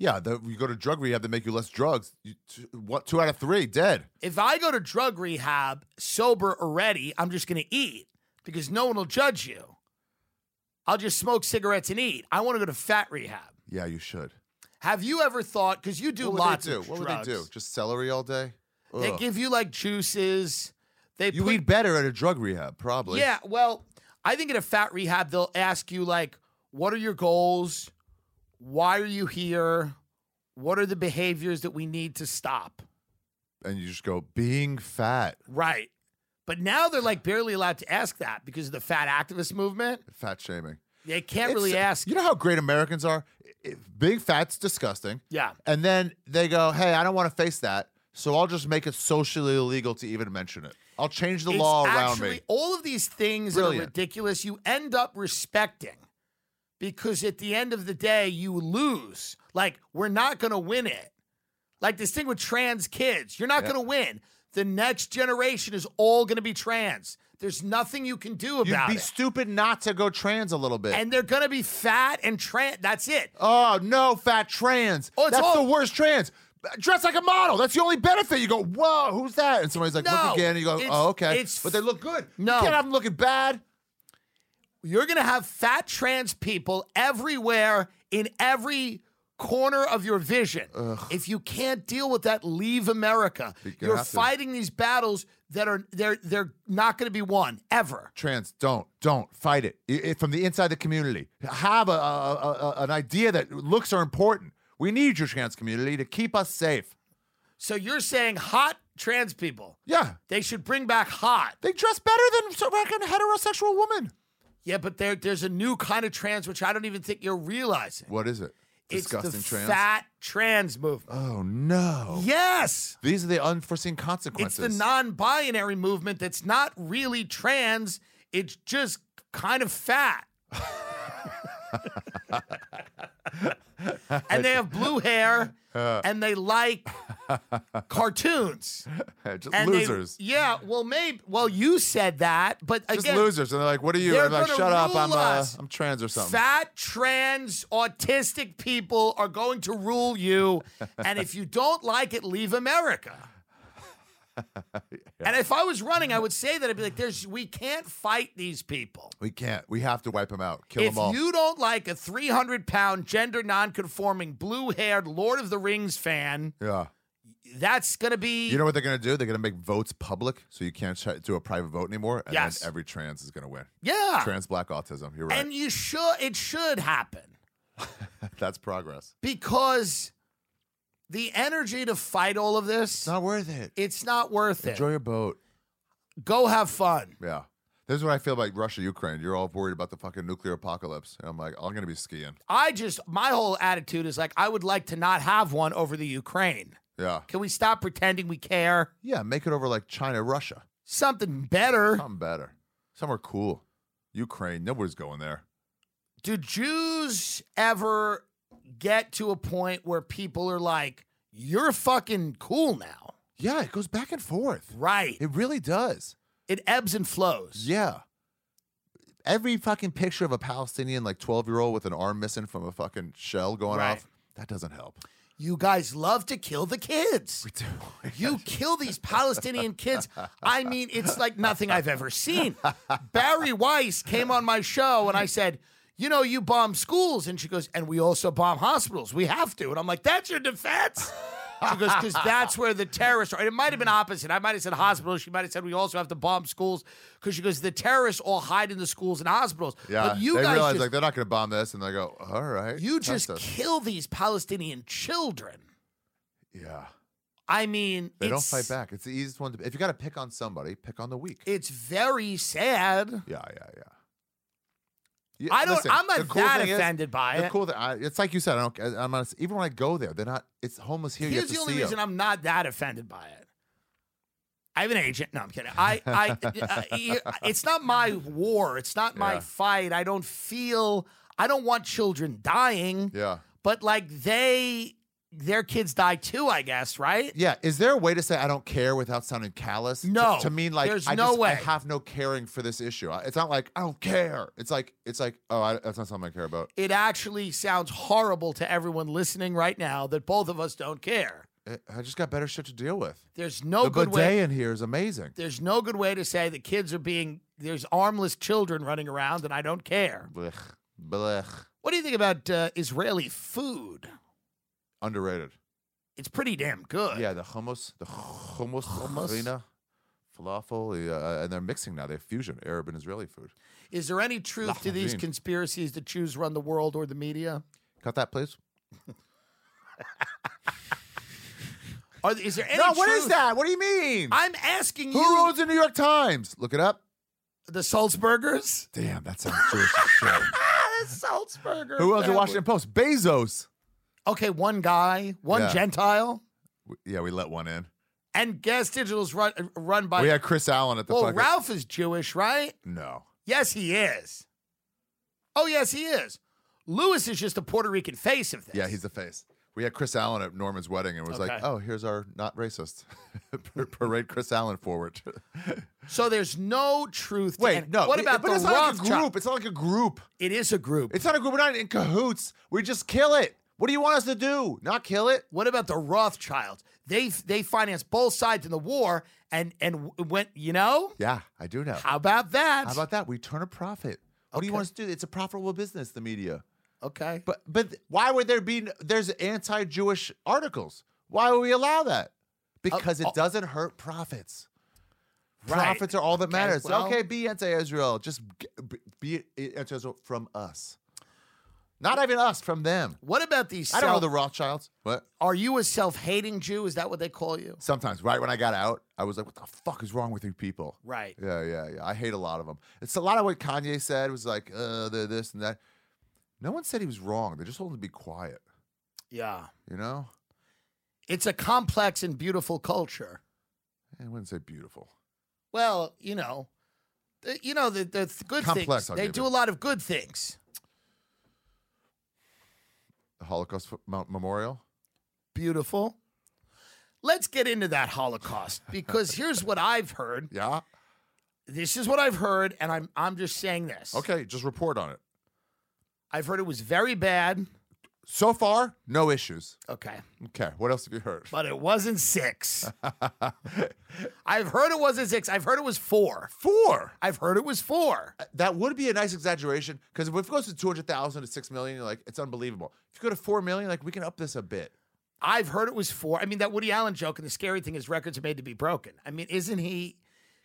[SPEAKER 2] yeah. The, you go to drug rehab to make you less drugs. You, t- what? Two out of three dead.
[SPEAKER 1] if I go to drug rehab sober already, I'm just going to eat because no one will judge you. I'll just smoke cigarettes and eat. I want to go to fat rehab.
[SPEAKER 2] Yeah, you should.
[SPEAKER 1] Have you ever thought? Because you do
[SPEAKER 2] what would
[SPEAKER 1] lots
[SPEAKER 2] they do?
[SPEAKER 1] of
[SPEAKER 2] what
[SPEAKER 1] drugs.
[SPEAKER 2] would they do? Just celery all day?
[SPEAKER 1] They
[SPEAKER 2] Ugh.
[SPEAKER 1] give you like juices. They
[SPEAKER 2] you
[SPEAKER 1] put,
[SPEAKER 2] eat better at a drug rehab, probably.
[SPEAKER 1] Yeah, well, I think at a fat rehab they'll ask you like, "What are your goals? Why are you here? What are the behaviors that we need to stop?"
[SPEAKER 2] and you just go being fat,
[SPEAKER 1] Right. But now they're like barely allowed to ask that because of the fat activist movement.
[SPEAKER 2] fat shaming.
[SPEAKER 1] They can't
[SPEAKER 2] It's-
[SPEAKER 1] really ask.
[SPEAKER 2] You know how great Americans are. I- I- Being fat's disgusting.
[SPEAKER 1] yeah.
[SPEAKER 2] And then they go, "Hey, I don't want to face that, so I'll just make it socially illegal to even mention it. I'll change the
[SPEAKER 1] It's
[SPEAKER 2] law around
[SPEAKER 1] actually,
[SPEAKER 2] me."
[SPEAKER 1] All of these things that are
[SPEAKER 2] Brilliant.
[SPEAKER 1] ridiculous, you end up respecting because at the end of the day, you lose. Like, we're not going to win it. Like, this thing with trans kids, you're not
[SPEAKER 2] Yeah.
[SPEAKER 1] going to win. The next generation is all going to be trans. There's nothing you can do
[SPEAKER 2] You'd
[SPEAKER 1] about
[SPEAKER 2] be
[SPEAKER 1] it.
[SPEAKER 2] stupid not to go trans a little bit.
[SPEAKER 1] and they're going to be fat and trans. That's it.
[SPEAKER 2] oh no, fat trans.
[SPEAKER 1] Oh, it's
[SPEAKER 2] That's
[SPEAKER 1] all-
[SPEAKER 2] the worst trans. Dress like a model. That's the only benefit. You go, whoa, who's that? And somebody's like,
[SPEAKER 1] No,
[SPEAKER 2] look again. And you go,
[SPEAKER 1] it's-
[SPEAKER 2] oh, okay.
[SPEAKER 1] it's-
[SPEAKER 2] But they look good.
[SPEAKER 1] No.
[SPEAKER 2] You can't have them looking bad.
[SPEAKER 1] You're going to have fat trans people everywhere in every corner of your vision. If you can't deal with that, leave America.
[SPEAKER 2] You're gonna
[SPEAKER 1] You're
[SPEAKER 2] have to.
[SPEAKER 1] fighting these battles that are they're they're not going to be won ever.
[SPEAKER 2] trans don't don't fight it. I- I- from the inside the community have a, a, a- a- an idea that looks are important we need your trans community to keep us safe
[SPEAKER 1] So you're saying hot trans people,
[SPEAKER 2] yeah
[SPEAKER 1] they should bring back hot.
[SPEAKER 2] they dress better than so- fucking heterosexual women
[SPEAKER 1] Yeah, but there there's a new kind of trans which I don't even think you're realizing.
[SPEAKER 2] what is it disgusting
[SPEAKER 1] it's the
[SPEAKER 2] trans
[SPEAKER 1] fat trans movement.
[SPEAKER 2] oh no
[SPEAKER 1] Yes.
[SPEAKER 2] these are the unforeseen
[SPEAKER 1] It's
[SPEAKER 2] consequences
[SPEAKER 1] the non-binary movement that's not really trans. It's just kind of fat. and they have blue hair
[SPEAKER 2] Uh.
[SPEAKER 1] and they like cartoons.
[SPEAKER 2] just
[SPEAKER 1] And they-
[SPEAKER 2] losers
[SPEAKER 1] yeah, well maybe well you said that, but
[SPEAKER 2] just
[SPEAKER 1] again
[SPEAKER 2] losers and they're like what are you
[SPEAKER 1] they're
[SPEAKER 2] And I'm like
[SPEAKER 1] gonna
[SPEAKER 2] shut up i'm
[SPEAKER 1] rule
[SPEAKER 2] uh,
[SPEAKER 1] us.
[SPEAKER 2] i'm trans or something
[SPEAKER 1] Fat, trans, autistic people are going to rule you. And if you don't like it, leave America. And if I was running, I would say that I'd be like, "There's, we can't fight these people.
[SPEAKER 2] we can't we have to wipe them out kill
[SPEAKER 1] if
[SPEAKER 2] them all
[SPEAKER 1] you don't like a 300 pound gender nonconforming, blue haired Lord of the Rings fan,
[SPEAKER 2] yeah
[SPEAKER 1] that's gonna be
[SPEAKER 2] You know what they're gonna do? They're gonna make votes public, so you can't try, do a private vote anymore. And
[SPEAKER 1] Yes.
[SPEAKER 2] then every trans is gonna win.
[SPEAKER 1] yeah."
[SPEAKER 2] Trans black autism. You're right.
[SPEAKER 1] and you should, it should happen.
[SPEAKER 2] That's progress.
[SPEAKER 1] because the energy to fight all of this,
[SPEAKER 2] It's not worth it.
[SPEAKER 1] it's not worth it.
[SPEAKER 2] Enjoy your boat.
[SPEAKER 1] Go have fun.
[SPEAKER 2] Yeah. This is what I feel about Russia, Ukraine. You're all worried about the fucking nuclear apocalypse. And I'm like, I'm gonna be skiing.
[SPEAKER 1] I just, my whole attitude is like, I would like to not have one over the Ukraine.
[SPEAKER 2] Yeah.
[SPEAKER 1] Can we stop pretending we care?
[SPEAKER 2] Yeah, make it over like China, Russia.
[SPEAKER 1] Something better.
[SPEAKER 2] Something better. Somewhere cool. Ukraine. Nobody's going there.
[SPEAKER 1] Do Jews ever get to a point where people are like, you're fucking cool now?
[SPEAKER 2] Yeah, it goes back and forth.
[SPEAKER 1] Right.
[SPEAKER 2] It really does.
[SPEAKER 1] It ebbs and flows.
[SPEAKER 2] Yeah. Every fucking picture of a Palestinian, like 12 year old with an arm missing from a fucking shell going
[SPEAKER 1] Right.
[SPEAKER 2] off, that doesn't help.
[SPEAKER 1] You guys love to kill the kids.
[SPEAKER 2] We do.
[SPEAKER 1] You kill these Palestinian kids. I mean, it's like nothing I've ever seen. Barry Weiss came on my show and I said, You know, you bomb schools. And she goes, And we also bomb hospitals. We have to. And I'm like, That's your defense. She goes, Because that's where the terrorists are. And it might have been opposite. I might have said hospitals. She might have said, We also have to bomb schools. Because she goes, The terrorists all hide in the schools and hospitals.
[SPEAKER 2] yeah.
[SPEAKER 1] But you
[SPEAKER 2] they
[SPEAKER 1] guys
[SPEAKER 2] realize
[SPEAKER 1] just,
[SPEAKER 2] like they're not going to bomb this, and they go, all right.
[SPEAKER 1] you
[SPEAKER 2] test
[SPEAKER 1] just
[SPEAKER 2] us."
[SPEAKER 1] kill these Palestinian children.
[SPEAKER 2] yeah.
[SPEAKER 1] I mean,
[SPEAKER 2] They don't
[SPEAKER 1] it's-
[SPEAKER 2] fight back. It's the easiest one to. If you got to pick on somebody, pick on the weak.
[SPEAKER 1] It's very sad.
[SPEAKER 2] yeah, yeah, yeah. Yeah,
[SPEAKER 1] I don't- I'm not
[SPEAKER 2] the cool
[SPEAKER 1] that
[SPEAKER 2] thing is-
[SPEAKER 1] offended by
[SPEAKER 2] the
[SPEAKER 1] it.
[SPEAKER 2] cool thing, I, it's like you said. I don't. I- I'm not. Even when I go there, they're not. It's homeless here. you
[SPEAKER 1] Here's
[SPEAKER 2] have to
[SPEAKER 1] the only
[SPEAKER 2] see 'em.
[SPEAKER 1] reason I'm not that offended by it. I have an agent. No, I'm kidding. I, I, uh, it's not my war. It's not my
[SPEAKER 2] Yeah.
[SPEAKER 1] fight. I don't feel. I don't want children dying.
[SPEAKER 2] Yeah.
[SPEAKER 1] But like they, their kids die too. I guess right.
[SPEAKER 2] Yeah, is there a way to say I don't care without sounding callous? To-
[SPEAKER 1] No,
[SPEAKER 2] to, mean like
[SPEAKER 1] there's
[SPEAKER 2] I
[SPEAKER 1] no
[SPEAKER 2] just I
[SPEAKER 1] way.
[SPEAKER 2] have no caring for this issue. I- It's not like I don't care. It's like it's like oh I, that's not something I care about.
[SPEAKER 1] It actually sounds horrible to everyone listening right now that both of us don't care.
[SPEAKER 2] I- Eh, I just got better shit to deal with.
[SPEAKER 1] There's no
[SPEAKER 2] the
[SPEAKER 1] good
[SPEAKER 2] bidet
[SPEAKER 1] way.
[SPEAKER 2] in here is amazing.
[SPEAKER 1] There's no good way to say that kids are being there's armless children running around and I don't care.
[SPEAKER 2] Blech, blech,
[SPEAKER 1] What do you think about uh, Israeli food?
[SPEAKER 2] underrated.
[SPEAKER 1] It's pretty damn good.
[SPEAKER 2] Yeah, the hummus, the hummus,
[SPEAKER 1] Hummus?
[SPEAKER 2] harina, falafel, yeah, uh, and they're mixing now. They have fusion Arab and Israeli food.
[SPEAKER 1] Is there any truth to these
[SPEAKER 2] Lahmacun.
[SPEAKER 1] conspiracies that Jews run the world or the media?
[SPEAKER 2] Cut that, please.
[SPEAKER 1] Are is there any
[SPEAKER 2] no, what is
[SPEAKER 1] truth-
[SPEAKER 2] that? What do you mean?
[SPEAKER 1] I'm asking
[SPEAKER 2] Who
[SPEAKER 1] you
[SPEAKER 2] owns the New York Times? Look it up.
[SPEAKER 1] the Salzburgers?
[SPEAKER 2] Damn, that sounds Jewish as shit.
[SPEAKER 1] Ah, the Salzburger.
[SPEAKER 2] Who owns the
[SPEAKER 1] family.
[SPEAKER 2] Washington Post? Bezos.
[SPEAKER 1] Okay, one guy, one
[SPEAKER 2] Yeah.
[SPEAKER 1] Gentile,
[SPEAKER 2] W- Yeah, we let one in.
[SPEAKER 1] and Gas Digital's run run by
[SPEAKER 2] we had Chris Allen at the
[SPEAKER 1] Well,
[SPEAKER 2] fucking.
[SPEAKER 1] Ralph is Jewish, right?
[SPEAKER 2] no.
[SPEAKER 1] Yes, he is. Oh, yes, he is. Lewis is just a Puerto Rican face of this.
[SPEAKER 2] Yeah, he's the face. We had Chris Allen at Norman's wedding and was like,
[SPEAKER 1] Okay.
[SPEAKER 2] oh, here's our not racist. Par- Parade Chris Allen forward.
[SPEAKER 1] so there's no truth. to any- What
[SPEAKER 2] it-
[SPEAKER 1] about
[SPEAKER 2] but
[SPEAKER 1] the
[SPEAKER 2] it's not like a
[SPEAKER 1] Rothschild-
[SPEAKER 2] group. It's not like a group.
[SPEAKER 1] It is a group.
[SPEAKER 2] It's not a group. We're not in cahoots. We just kill it. What do you want us to do? Not kill it?
[SPEAKER 1] what about the Rothschilds? They they finance both sides in the war, and and w- went. You know,
[SPEAKER 2] Yeah, I do know.
[SPEAKER 1] how about that?
[SPEAKER 2] How about that? We turn a profit. What do you want us to do? It's a profitable business, the media.
[SPEAKER 1] okay?
[SPEAKER 2] But but th- why would there be n- there's anti-Jewish articles? Why would we allow that? Because it doesn't hurt profits.
[SPEAKER 1] Oh, Right.
[SPEAKER 2] Profits are all that
[SPEAKER 1] Okay,
[SPEAKER 2] matters.
[SPEAKER 1] well-
[SPEAKER 2] okay, be anti-Israel. Just g- b- be anti-Israel from us. Not even us, from them.
[SPEAKER 1] what about these?
[SPEAKER 2] I don't know
[SPEAKER 1] self-
[SPEAKER 2] the Rothschilds. What?
[SPEAKER 1] Are you a self-hating Jew? Is that what they call you?
[SPEAKER 2] Sometimes, right when I got out, I was like, "What the fuck is wrong with you people?"
[SPEAKER 1] Right.
[SPEAKER 2] Yeah, yeah, yeah. I hate a lot of them. It's a lot of what Kanye said was like, "Uh, they're this and that." No one said he was wrong. They just told him to be quiet.
[SPEAKER 1] Yeah.
[SPEAKER 2] You know?
[SPEAKER 1] It's a complex and beautiful culture.
[SPEAKER 2] Eh, I wouldn't say beautiful.
[SPEAKER 1] Well, you know, the, you know the the th- good
[SPEAKER 2] Complex,
[SPEAKER 1] things.
[SPEAKER 2] I'll
[SPEAKER 1] They
[SPEAKER 2] give
[SPEAKER 1] do
[SPEAKER 2] it.
[SPEAKER 1] a lot of good things.
[SPEAKER 2] The Holocaust F- Mount Memorial.
[SPEAKER 1] Beautiful. Let's get into that Holocaust because here's what I've heard.
[SPEAKER 2] Yeah.
[SPEAKER 1] This is what I've heard, and I'm I'm just saying this.
[SPEAKER 2] Okay, just report on it.
[SPEAKER 1] I've heard it was very bad.
[SPEAKER 2] So far, no issues.
[SPEAKER 1] Okay.
[SPEAKER 2] Okay, what else have you heard?
[SPEAKER 1] But it wasn't six. I've heard it wasn't six. I've heard it was four.
[SPEAKER 2] Four.
[SPEAKER 1] I've heard it was four.
[SPEAKER 2] That would be a nice exaggeration because if it goes to 200,000 to 6 million, you're like, it's unbelievable. If you go to 4 million, like, we can up this a bit.
[SPEAKER 1] I've heard it was four. I mean, that Woody Allen joke, and the scary thing is records are made to be broken. I mean, isn't he?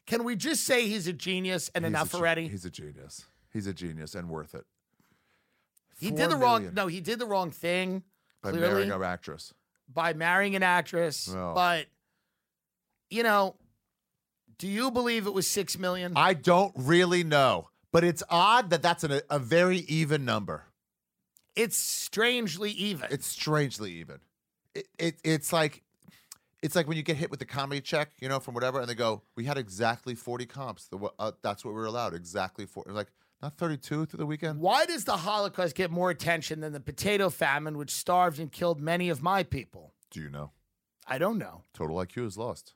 [SPEAKER 1] Can we just say he's a genius and
[SPEAKER 2] He's a
[SPEAKER 1] enough
[SPEAKER 2] ge-
[SPEAKER 1] already?
[SPEAKER 2] He's a genius. He's a genius and worth it.
[SPEAKER 1] He
[SPEAKER 2] Four
[SPEAKER 1] did the wrong.
[SPEAKER 2] million
[SPEAKER 1] No, he did the wrong thing.
[SPEAKER 2] By
[SPEAKER 1] clearly.
[SPEAKER 2] marrying our actress.
[SPEAKER 1] by marrying an actress,
[SPEAKER 2] No.
[SPEAKER 1] but you know, do you believe it was six million?
[SPEAKER 2] I don't really know, but it's odd that that's an, a very even number.
[SPEAKER 1] it's strangely even.
[SPEAKER 2] It's strangely even. It, it it's like it's like when you get hit with the comedy check, you know, from whatever, and they go, "We had exactly forty comps. The, wha- uh, that's what we were allowed. Exactly 40 Like not thirty-two through the weekend.
[SPEAKER 1] Why does the Holocaust get more attention than the potato famine, which starved and killed many of my people?
[SPEAKER 2] Do you know?
[SPEAKER 1] I don't know.
[SPEAKER 2] Total IQ is lost.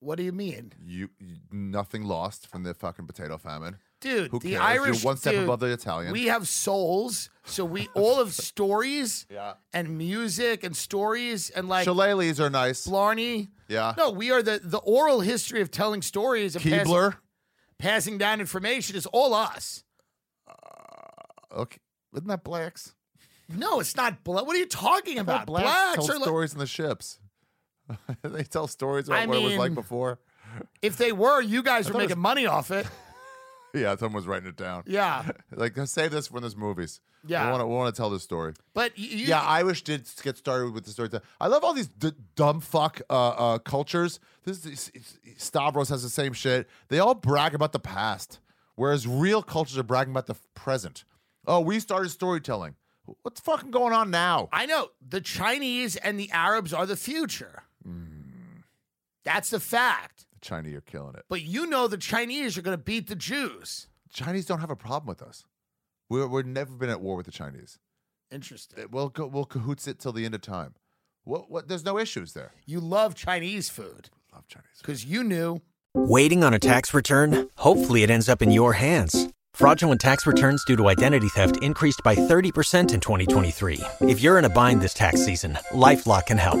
[SPEAKER 1] What do you mean,
[SPEAKER 2] You, you nothing lost from the fucking potato famine.
[SPEAKER 1] dude?
[SPEAKER 2] Who
[SPEAKER 1] the
[SPEAKER 2] cares?
[SPEAKER 1] Irish
[SPEAKER 2] You're one step
[SPEAKER 1] dude,
[SPEAKER 2] above the Italian.
[SPEAKER 1] We have souls, so we all have stories
[SPEAKER 2] Yeah.
[SPEAKER 1] and music and stories and like
[SPEAKER 2] Shillelaghs are nice.
[SPEAKER 1] Blarney.
[SPEAKER 2] yeah.
[SPEAKER 1] No, we are the the oral history of telling stories. and passing-
[SPEAKER 2] Keebler.
[SPEAKER 1] passing down information is all us.
[SPEAKER 2] Okay. Isn't that blacks?
[SPEAKER 1] No, it's not black. What are you talking
[SPEAKER 2] About
[SPEAKER 1] about?
[SPEAKER 2] blacks,
[SPEAKER 1] Blacks
[SPEAKER 2] tell
[SPEAKER 1] are like,
[SPEAKER 2] stories in the ships. they tell stories about
[SPEAKER 1] I
[SPEAKER 2] what it was like
[SPEAKER 1] mean-
[SPEAKER 2] before.
[SPEAKER 1] if they were, you guys were
[SPEAKER 2] thought it
[SPEAKER 1] making money off it.
[SPEAKER 2] Yeah, someone was writing it down.
[SPEAKER 1] Yeah,
[SPEAKER 2] Like save this when there's movies.
[SPEAKER 1] Yeah.
[SPEAKER 2] we want to want to tell this story.
[SPEAKER 1] but y- you,
[SPEAKER 2] yeah, Irish did s- get started with the story. I love all these d- dumb fuck uh, uh, cultures. This is, it's- it's- Stavros has the same shit. They all brag about the past, whereas real cultures are bragging about the f- present. Oh, we started storytelling. What's fucking going on now?
[SPEAKER 1] I know the Chinese and the Arabs are the future. That's the fact.
[SPEAKER 2] The Chinese are killing it.
[SPEAKER 1] But you know the Chinese are going to beat the Jews.
[SPEAKER 2] Chinese don't have a problem with us. We're we've never been at war with the Chinese.
[SPEAKER 1] Interesting.
[SPEAKER 2] Eh, We'll go, we'll cahoots it till the end of time. What what? There's no issues there.
[SPEAKER 1] You love Chinese food
[SPEAKER 2] Love Chinese.
[SPEAKER 1] because you knew.
[SPEAKER 4] Waiting on a tax return? Hopefully, it ends up in your hands. Fraudulent tax returns due to identity theft increased by 30% in 2023. If you're in a bind this tax season, LifeLock can help.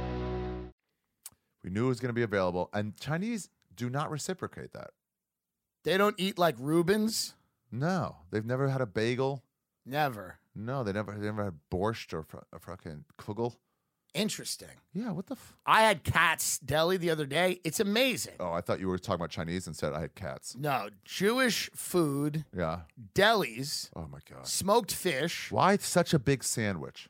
[SPEAKER 2] We knew it was going to be available, and Chinese do not reciprocate that.
[SPEAKER 1] They don't eat like Rubens.
[SPEAKER 2] No, they've never had a bagel.
[SPEAKER 1] Never.
[SPEAKER 2] No, they never they never had borscht or fr- a fucking kugel.
[SPEAKER 1] Interesting.
[SPEAKER 2] Yeah, what the? F-
[SPEAKER 1] I had Cat's Deli the other day. It's amazing.
[SPEAKER 2] oh, I thought you were talking about Chinese and said I had cats.
[SPEAKER 1] No, Jewish food,
[SPEAKER 2] Yeah.
[SPEAKER 1] delis,
[SPEAKER 2] Oh my god.
[SPEAKER 1] smoked fish.
[SPEAKER 2] Why such a big sandwich?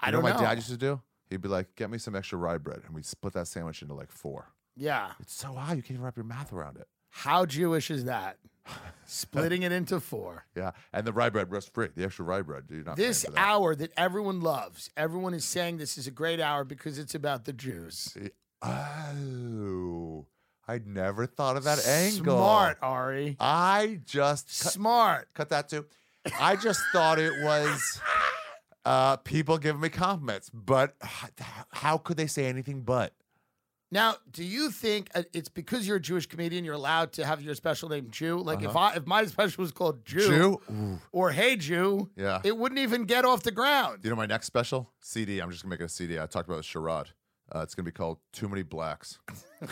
[SPEAKER 1] I
[SPEAKER 2] You know
[SPEAKER 1] don't
[SPEAKER 2] what
[SPEAKER 1] know.
[SPEAKER 2] my dad used to do? He'd be like, get me some extra rye bread. And we'd split that sandwich into like four.
[SPEAKER 1] yeah.
[SPEAKER 2] It's so high, you can't even wrap your mouth around it.
[SPEAKER 1] How Jewish is that? Splitting it into four.
[SPEAKER 2] Yeah. And the rye bread was free. The extra rye bread. You're not paying
[SPEAKER 1] This
[SPEAKER 2] for that.
[SPEAKER 1] hour that everyone loves, everyone is saying this is a great hour because it's about the Jews.
[SPEAKER 2] Oh. I'd never thought of that angle.
[SPEAKER 1] Smart, Ari.
[SPEAKER 2] I just cut,
[SPEAKER 1] Smart.
[SPEAKER 2] cut that too. I just thought it was uh, people giving me compliments, but h- how could they say anything but?
[SPEAKER 1] Now, do you think uh, it's because you're a Jewish comedian you're allowed to have your special name Jew? Like if I if my special was called Jew,
[SPEAKER 2] Uh-huh. Jew?
[SPEAKER 1] or Hey Jew,
[SPEAKER 2] Yeah.
[SPEAKER 1] it wouldn't even get off the ground.
[SPEAKER 2] You know my next special CD. I'm just gonna make it a CD. I talked about the charade. Uh, it's gonna be called "Too Many Blacks,"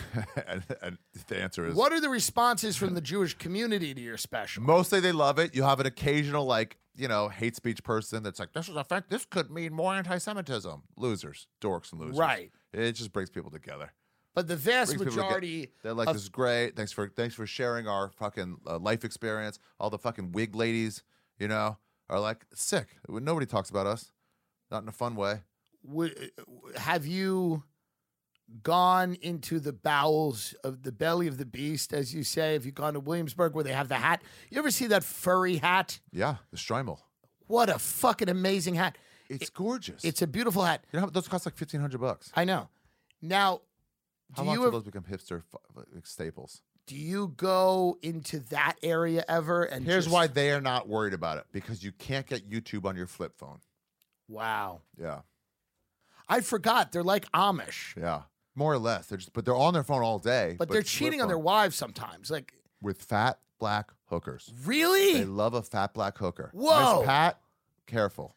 [SPEAKER 2] and, and the answer is
[SPEAKER 1] What are the responses from the Jewish community to your special?
[SPEAKER 2] mostly they love it. You have an occasional like you know hate speech person that's like, "This is a fact. This could mean more anti-Semitism." Losers, dorks, and losers.
[SPEAKER 1] Right.
[SPEAKER 2] It just brings people together.
[SPEAKER 1] But the vast
[SPEAKER 2] Brings people toge-
[SPEAKER 1] majority
[SPEAKER 2] They're like,
[SPEAKER 1] of-
[SPEAKER 2] "This is great. Thanks for thanks for sharing our fucking uh, life experience." All the fucking wig ladies, you know, are like sick. Nobody talks about us, not in a fun way.
[SPEAKER 1] would, have you gone into the bowels of the belly of the beast, as you say? Have you gone to Williamsburg where they have the hat? You ever see that furry hat?
[SPEAKER 2] Yeah, the Strymel.
[SPEAKER 1] What a fucking amazing hat!
[SPEAKER 2] It's gorgeous.
[SPEAKER 1] It's a beautiful hat.
[SPEAKER 2] You know, how- those cost like fifteen hundred bucks.
[SPEAKER 1] I know. Now,
[SPEAKER 2] How
[SPEAKER 1] do
[SPEAKER 2] long
[SPEAKER 1] you
[SPEAKER 2] till
[SPEAKER 1] ev-
[SPEAKER 2] those become hipster fu- like staples?
[SPEAKER 1] do you go into that area ever? And
[SPEAKER 2] Here's
[SPEAKER 1] just-
[SPEAKER 2] why they are not worried about it because you can't get YouTube on your flip phone.
[SPEAKER 1] Wow,
[SPEAKER 2] Yeah,
[SPEAKER 1] I forgot. They're like Amish,
[SPEAKER 2] yeah, more or less. They're just but they're on their phone all day.
[SPEAKER 1] but, they're
[SPEAKER 2] flip
[SPEAKER 1] cheating on their
[SPEAKER 2] phone.
[SPEAKER 1] wives sometimes. Like,
[SPEAKER 2] with fat black hookers. They
[SPEAKER 1] really,
[SPEAKER 2] love a fat black hooker.
[SPEAKER 1] Whoa.
[SPEAKER 2] Miss Pat, careful.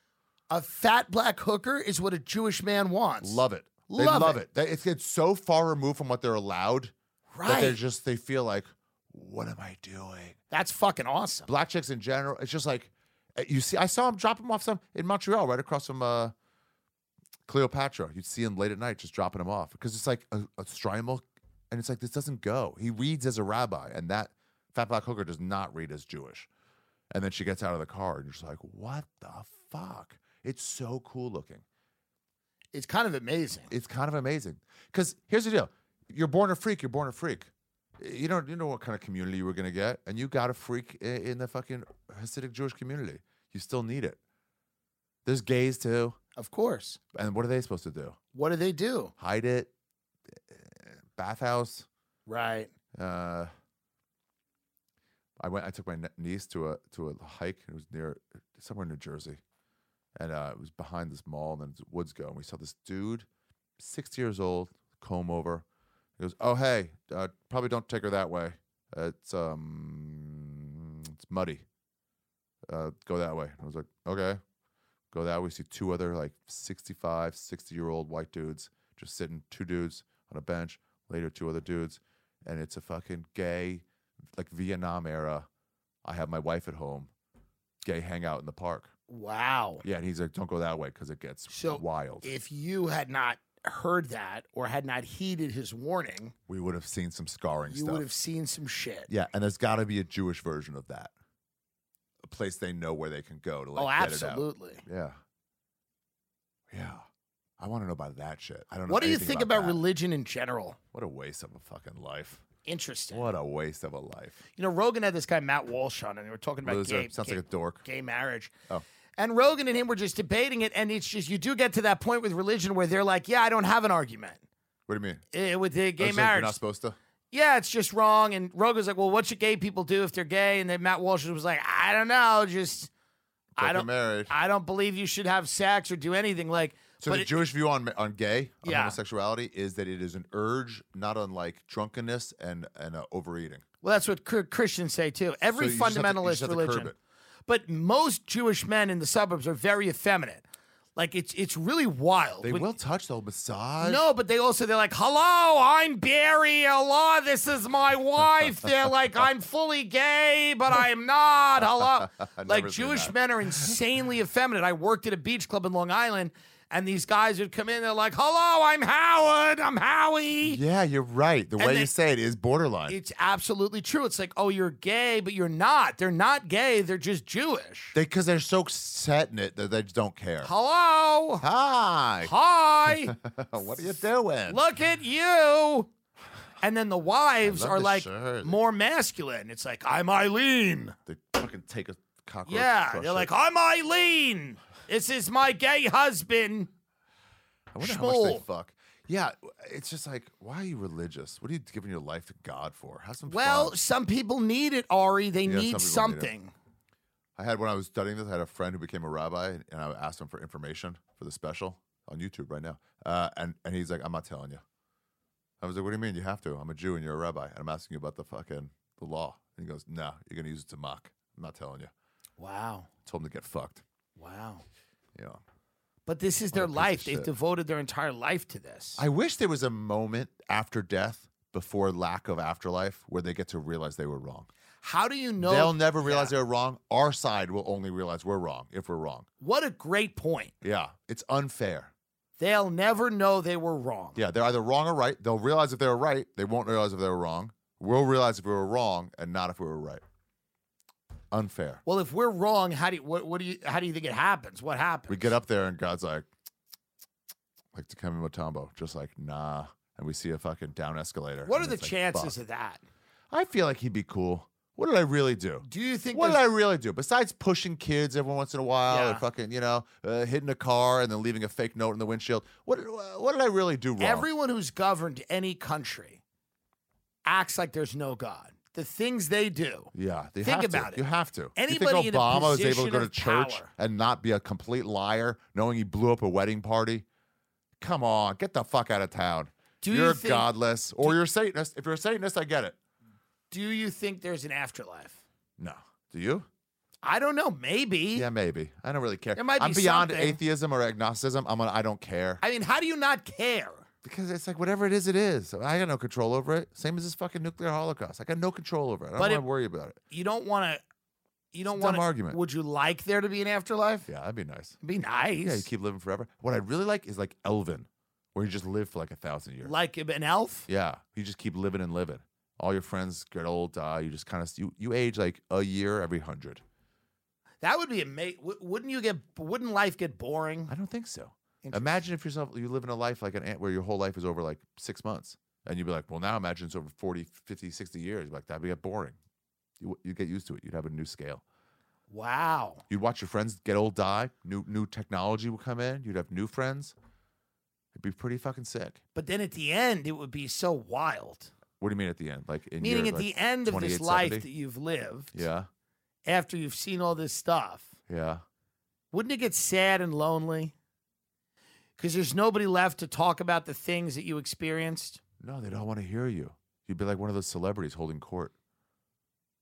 [SPEAKER 1] a fat black hooker is what a Jewish man wants.
[SPEAKER 2] Love it. They
[SPEAKER 1] Love
[SPEAKER 2] love,
[SPEAKER 1] it.
[SPEAKER 2] it. They, it's, it's so far removed from what they're allowed that
[SPEAKER 1] right?
[SPEAKER 2] they're just they feel like, what am I doing?
[SPEAKER 1] That's fucking awesome.
[SPEAKER 2] black chicks in general. It's just like uh, you see. I saw him drop them off some in Montreal, right across from uh, Cleopatra. You'd see him late at night just dropping them off because it's like a, a strimal, and it's like this doesn't go. He reads as a rabbi, and that fat black hooker does not read as Jewish. And then she gets out of the car, and you're just like, what the fuck? It's so cool looking.
[SPEAKER 1] It's kind of amazing.
[SPEAKER 2] It's kind of amazing. Because here's the deal: you're born a freak. You're born a freak. You don't you know what kind of community you were gonna get, and you got a freak i- in the fucking Hasidic Jewish community. You still need it. There's gays too,
[SPEAKER 1] Of course.
[SPEAKER 2] and what are they supposed to do?
[SPEAKER 1] What do they do?
[SPEAKER 2] Hide it? Eh, Bathhouse?
[SPEAKER 1] Right.
[SPEAKER 2] Uh, I went. I took my ne- niece to a to a hike. It was near somewhere in New Jersey, and uh, it was behind this mall. And then the woods go, and we saw this dude, sixty years old, comb over. He goes, "Oh hey, uh, probably don't take her that way. Uh, it's um, it's muddy. Uh, go that way." And I was like, "Okay." Go that way. See two other like 65, 60 year old white dudes just sitting, two dudes on a bench, later two other dudes. And it's a fucking gay, like Vietnam era. I have my wife at home, gay hangout in the park.
[SPEAKER 1] Wow.
[SPEAKER 2] Yeah. And he's like, don't go that way because it gets
[SPEAKER 1] So
[SPEAKER 2] wild.
[SPEAKER 1] If you had not heard that or had not heeded his warning,
[SPEAKER 2] we would have seen some scarring
[SPEAKER 1] you
[SPEAKER 2] stuff.
[SPEAKER 1] would have seen some shit.
[SPEAKER 2] Yeah, and there's got to be a Jewish version of that. A place they know where they can go to like
[SPEAKER 1] oh,
[SPEAKER 2] get
[SPEAKER 1] absolutely.
[SPEAKER 2] it out. Yeah. Yeah. I want to know about that shit. I don't know.
[SPEAKER 1] What do you
[SPEAKER 2] anything
[SPEAKER 1] think about,
[SPEAKER 2] that.
[SPEAKER 1] religion in general?
[SPEAKER 2] What a waste of a fucking life.
[SPEAKER 1] Interesting.
[SPEAKER 2] What a waste of a life.
[SPEAKER 1] You know, Rogan had this guy Matt Walsh on, and they were talking about
[SPEAKER 2] Loser.
[SPEAKER 1] gay,
[SPEAKER 2] Sounds
[SPEAKER 1] gay-
[SPEAKER 2] like a dork.
[SPEAKER 1] gay marriage.
[SPEAKER 2] Oh.
[SPEAKER 1] And Rogan and him were just debating it, and it's just you do get to that point with religion where they're like, "Yeah, I don't have an argument
[SPEAKER 2] What do you mean?
[SPEAKER 1] eh, with the gay
[SPEAKER 2] Those are-
[SPEAKER 1] marriage.
[SPEAKER 2] You're not supposed to.
[SPEAKER 1] yeah, it's just wrong." And Rogan's like, "Well, what should gay people do if theyey're gay?" And then Matt Walsh was like, "I don't know, just I
[SPEAKER 2] Fucking
[SPEAKER 1] don't
[SPEAKER 2] married.
[SPEAKER 1] I don't believe you should have sex or do anything like."
[SPEAKER 2] So
[SPEAKER 1] but
[SPEAKER 2] the
[SPEAKER 1] it-
[SPEAKER 2] Jewish view on on gay, on
[SPEAKER 1] Yeah.
[SPEAKER 2] homosexuality, is that it is an urge, not unlike drunkenness and and uh, overeating.
[SPEAKER 1] well, that's what cr- Christians say too. Every
[SPEAKER 2] So you just have to- you
[SPEAKER 1] fundamentalist
[SPEAKER 2] just have to curb
[SPEAKER 1] religion.
[SPEAKER 2] it.
[SPEAKER 1] But most Jewish men in the suburbs are very effeminate. Like it's it's really wild.
[SPEAKER 2] They
[SPEAKER 1] When-
[SPEAKER 2] will touch. They'll massage.
[SPEAKER 1] No, but they also they're like, "Hello, I'm Barry. Hello, this is my wife." They're like, "I'm fully gay, but I'm not." Hello,
[SPEAKER 2] I've
[SPEAKER 1] like
[SPEAKER 2] never seen
[SPEAKER 1] Jewish
[SPEAKER 2] that.
[SPEAKER 1] men are insanely effeminate. I worked at a beach club in Long Island, and these guys would come in. They're like, "Hello, I'm Howard. I'm Howie."
[SPEAKER 2] Yeah, you're right. The way
[SPEAKER 1] they-
[SPEAKER 2] you say it is borderline.
[SPEAKER 1] It's absolutely true. It's like, "Oh, you're gay, but you're not. They're not gay. They're just Jewish."
[SPEAKER 2] They because they're so set in it that they just don't care.
[SPEAKER 1] Hello,
[SPEAKER 2] Hi.
[SPEAKER 1] hi.
[SPEAKER 2] What are you doing?
[SPEAKER 1] look at you. And then the wives
[SPEAKER 2] love
[SPEAKER 1] are
[SPEAKER 2] the
[SPEAKER 1] like
[SPEAKER 2] shirt.
[SPEAKER 1] more masculine. It's like, I'm Eileen.
[SPEAKER 2] They fucking take a cockroach.
[SPEAKER 1] Yeah.
[SPEAKER 2] crush
[SPEAKER 1] They're
[SPEAKER 2] it.
[SPEAKER 1] like, I'm Eileen. This is my gay husband. "Ah,
[SPEAKER 2] I wonder how much they
[SPEAKER 1] Schmoll.
[SPEAKER 2] fuck. Yeah, it's just like, why are you religious? What are you giving your life to God for? Have some
[SPEAKER 1] Well,
[SPEAKER 2] fun.
[SPEAKER 1] some people need it, Ari. They
[SPEAKER 2] Yeah,
[SPEAKER 1] need
[SPEAKER 2] some people need it.
[SPEAKER 1] something.
[SPEAKER 2] I had when I was studying this, I had a friend who became a rabbi, and I asked him for information for the special on YouTube right now, uh, and and he's like, I'm not telling you. I was like, What do you mean? You have to. I'm a Jew and you're a rabbi, and I'm asking you about the fucking the law. And he goes, No, you're gonna use it to mock. I'm not telling you.
[SPEAKER 1] Wow.
[SPEAKER 2] told him to get fucked.
[SPEAKER 1] Wow.
[SPEAKER 2] Yeah.
[SPEAKER 1] But this is
[SPEAKER 2] a
[SPEAKER 1] their
[SPEAKER 2] piece of
[SPEAKER 1] life. They've
[SPEAKER 2] shit.
[SPEAKER 1] devoted their entire life to this.
[SPEAKER 2] I wish there was a moment after death, before lack of afterlife, where they get to realize they were wrong.
[SPEAKER 1] How do you know?
[SPEAKER 2] They'll never realize
[SPEAKER 1] Yeah.
[SPEAKER 2] they were wrong. Our side will only realize we're wrong if we're wrong.
[SPEAKER 1] What a great point.
[SPEAKER 2] Yeah, it's unfair.
[SPEAKER 1] They'll never know they were wrong.
[SPEAKER 2] Yeah, they're either wrong or right. They'll realize if they were right. They won't realize if they were wrong. We'll realize if we were wrong and not if we were right. Unfair.
[SPEAKER 1] Well, if we're wrong, how do you, what, what do you how do you think it happens? What happens?
[SPEAKER 2] We get up there and God's like, like to Kevin Matombo, just like nah, and we see a fucking down escalator.
[SPEAKER 1] What are
[SPEAKER 2] and
[SPEAKER 1] the
[SPEAKER 2] it's like,
[SPEAKER 1] chances
[SPEAKER 2] fuck.
[SPEAKER 1] of that?
[SPEAKER 2] I feel like he'd be cool. What did I really do?
[SPEAKER 1] Do you think
[SPEAKER 2] What did I
[SPEAKER 1] there's-
[SPEAKER 2] really do? Besides pushing kids every once in a while or
[SPEAKER 1] Yeah.
[SPEAKER 2] fucking, you know, uh, hitting a car and then leaving a fake note in the windshield, what uh, what did I really do wrong?
[SPEAKER 1] everyone who's governed any country acts like there's no God? The things they do.
[SPEAKER 2] yeah, they
[SPEAKER 1] Think
[SPEAKER 2] have to.
[SPEAKER 1] about it.
[SPEAKER 2] You have to. you
[SPEAKER 1] Anybody
[SPEAKER 2] think
[SPEAKER 1] in a
[SPEAKER 2] Obama was able
[SPEAKER 1] position
[SPEAKER 2] to go to
[SPEAKER 1] of
[SPEAKER 2] church
[SPEAKER 1] power.
[SPEAKER 2] and not be a complete liar, knowing he blew up a wedding party? Come on, get the fuck out of town.
[SPEAKER 1] Do you
[SPEAKER 2] you're
[SPEAKER 1] think-
[SPEAKER 2] godless or you're Satanist. If you're a Satanist, I get it.
[SPEAKER 1] Do you think there's an afterlife?
[SPEAKER 2] No, do you?
[SPEAKER 1] I don't know. Maybe.
[SPEAKER 2] Yeah, maybe. I don't really care.
[SPEAKER 1] There might
[SPEAKER 2] I'm
[SPEAKER 1] be
[SPEAKER 2] beyond
[SPEAKER 1] something.
[SPEAKER 2] atheism or agnosticism. I'm on. I don't care.
[SPEAKER 1] I mean, how do you not care?
[SPEAKER 2] Because it's like whatever it is, it is. I got no control over it. Same as this fucking nuclear holocaust. I got no control over it. I don't
[SPEAKER 1] But
[SPEAKER 2] want to
[SPEAKER 1] it-
[SPEAKER 2] worry about it.
[SPEAKER 1] You don't want to. You don't want
[SPEAKER 2] dumb argument.
[SPEAKER 1] Would you like there to be an afterlife?
[SPEAKER 2] Yeah, that'd be nice.
[SPEAKER 1] Be nice.
[SPEAKER 2] Yeah, you keep living forever. What I really like is like Elvin, where you just live for like a thousand years.
[SPEAKER 1] like an elf.
[SPEAKER 2] yeah, you just keep living and living. All your friends get old, die. You just kind of you you age like a year every hundred.
[SPEAKER 1] That would be amazing. Wouldn't you get? Wouldn't life get boring?
[SPEAKER 2] I don't think so.
[SPEAKER 1] Mm. Interesting.
[SPEAKER 2] Imagine if yourself you live in a life like an ant where your whole life is over like six months, and you'd be like, well, now imagine it's over 40, 50, 60 years. Like that'd be boring. You you get used to it. You'd have a new scale.
[SPEAKER 1] Wow.
[SPEAKER 2] You'd watch your friends get old, die. New new technology would come in. You'd have new friends. It'd be pretty fucking sick.
[SPEAKER 1] But then at the end, it would be so wild.
[SPEAKER 2] What do you mean at the end? Like in
[SPEAKER 1] Meaning,
[SPEAKER 2] year,
[SPEAKER 1] at
[SPEAKER 2] like,
[SPEAKER 1] the end of this
[SPEAKER 2] 28,
[SPEAKER 1] life
[SPEAKER 2] 70?
[SPEAKER 1] that you've lived,
[SPEAKER 2] Yeah,
[SPEAKER 1] after you've seen all this stuff,
[SPEAKER 2] yeah.
[SPEAKER 1] wouldn't it get sad and lonely? Because there's nobody left to talk about the things that you experienced.
[SPEAKER 2] No, they don't want to hear you. You'd be like one of those celebrities holding court.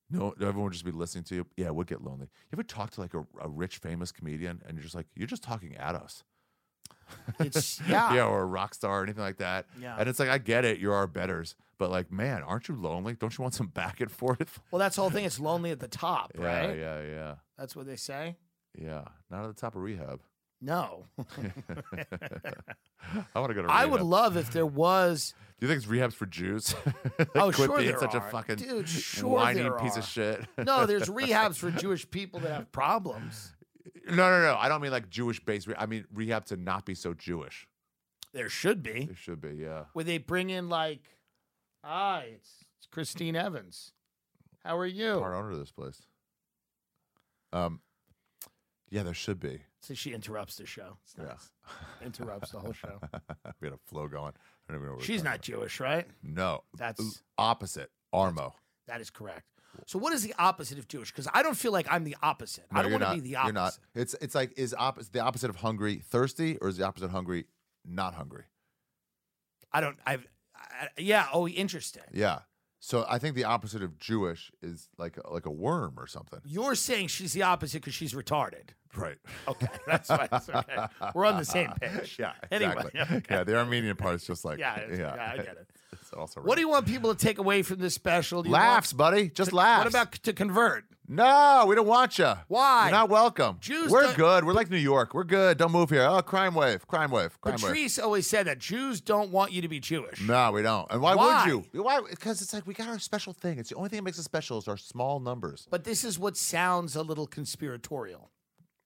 [SPEAKER 2] No, everyone would just be listening to you. Yeah, it would get lonely. You ever talk to like a, a rich, famous comedian and you're just like, you're just talking at us?
[SPEAKER 1] It's yeah.
[SPEAKER 2] yeah, or a rock star or anything like that.
[SPEAKER 1] Yeah.
[SPEAKER 2] And it's like, I get it, you're our betters, but like, man, aren't you lonely? Don't you want some back and forth?
[SPEAKER 1] Well, that's the whole thing. It's lonely at the top,
[SPEAKER 2] Yeah,
[SPEAKER 1] right?
[SPEAKER 2] yeah, yeah.
[SPEAKER 1] That's what they say.
[SPEAKER 2] Yeah. Not at the top of rehab.
[SPEAKER 1] No,
[SPEAKER 2] I want to go to rehab.
[SPEAKER 1] I would love if there was.
[SPEAKER 2] Do you think it's rehabs for Jews?
[SPEAKER 1] Oh,
[SPEAKER 2] Quit
[SPEAKER 1] sure
[SPEAKER 2] being
[SPEAKER 1] there
[SPEAKER 2] such a
[SPEAKER 1] are.
[SPEAKER 2] fucking
[SPEAKER 1] Dude, sure
[SPEAKER 2] whiny
[SPEAKER 1] there
[SPEAKER 2] piece
[SPEAKER 1] are.
[SPEAKER 2] of shit.
[SPEAKER 1] No, there's rehabs for Jewish people that have problems.
[SPEAKER 2] No, no, no. I don't mean like Jewish based. Re- I mean rehab to not be so Jewish.
[SPEAKER 1] There should be
[SPEAKER 2] It should be, yeah.
[SPEAKER 1] where they bring in like, hi, it's, it's Christine Evans. How are you?
[SPEAKER 2] Part owner of this place. Um, yeah, there should be.
[SPEAKER 1] So she interrupts the show. It's nice. Interrupts the whole show.
[SPEAKER 2] we had a flow going. I don't even know. What we're
[SPEAKER 1] She's
[SPEAKER 2] talking
[SPEAKER 1] not Jewish, right?
[SPEAKER 2] about. No,
[SPEAKER 1] That's-
[SPEAKER 2] opposite. Armo.
[SPEAKER 1] That is correct. So what is the opposite of Jewish? Because I don't feel like I'm the opposite.
[SPEAKER 2] No,
[SPEAKER 1] I don't
[SPEAKER 2] you're
[SPEAKER 1] want to
[SPEAKER 2] not.
[SPEAKER 1] be the
[SPEAKER 2] You're not.
[SPEAKER 1] opposite.
[SPEAKER 2] It's it's like is opposite the opposite of hungry thirsty or is the opposite of hungry not hungry?
[SPEAKER 1] I don't. I've. I, yeah. Oh, interesting.
[SPEAKER 2] Yeah. So I think the opposite of Jewish is like like a worm or something.
[SPEAKER 1] You're saying she's the opposite because she's retarded.
[SPEAKER 2] Right.
[SPEAKER 1] Okay, that's fine. It's okay. We're on the same page.
[SPEAKER 2] yeah.
[SPEAKER 1] Anyway,
[SPEAKER 2] Exactly.
[SPEAKER 1] okay.
[SPEAKER 2] Yeah. The Armenian part is just like
[SPEAKER 1] Yeah, it's- yeah, I get it.
[SPEAKER 2] It's also
[SPEAKER 1] What do you want people to take away from this special? Do you
[SPEAKER 2] laughs, buddy?
[SPEAKER 1] want-
[SPEAKER 2] Just
[SPEAKER 1] to-
[SPEAKER 2] laughs.
[SPEAKER 1] What about c- to convert?
[SPEAKER 2] No, we don't want you.
[SPEAKER 1] Why?
[SPEAKER 2] You're not welcome.
[SPEAKER 1] Jews
[SPEAKER 2] We're
[SPEAKER 1] don't-
[SPEAKER 2] good. We're like New York. We're good. Don't move here. Oh, crime wave. Crime wave. Crime wave.
[SPEAKER 1] Patrice always said that Jews don't want you to be Jewish.
[SPEAKER 2] No, we don't. And why,
[SPEAKER 1] Why?
[SPEAKER 2] would you? Why? Because it's like we got our special thing. It's the only thing that makes us special is our small numbers.
[SPEAKER 1] But this is what sounds a little conspiratorial.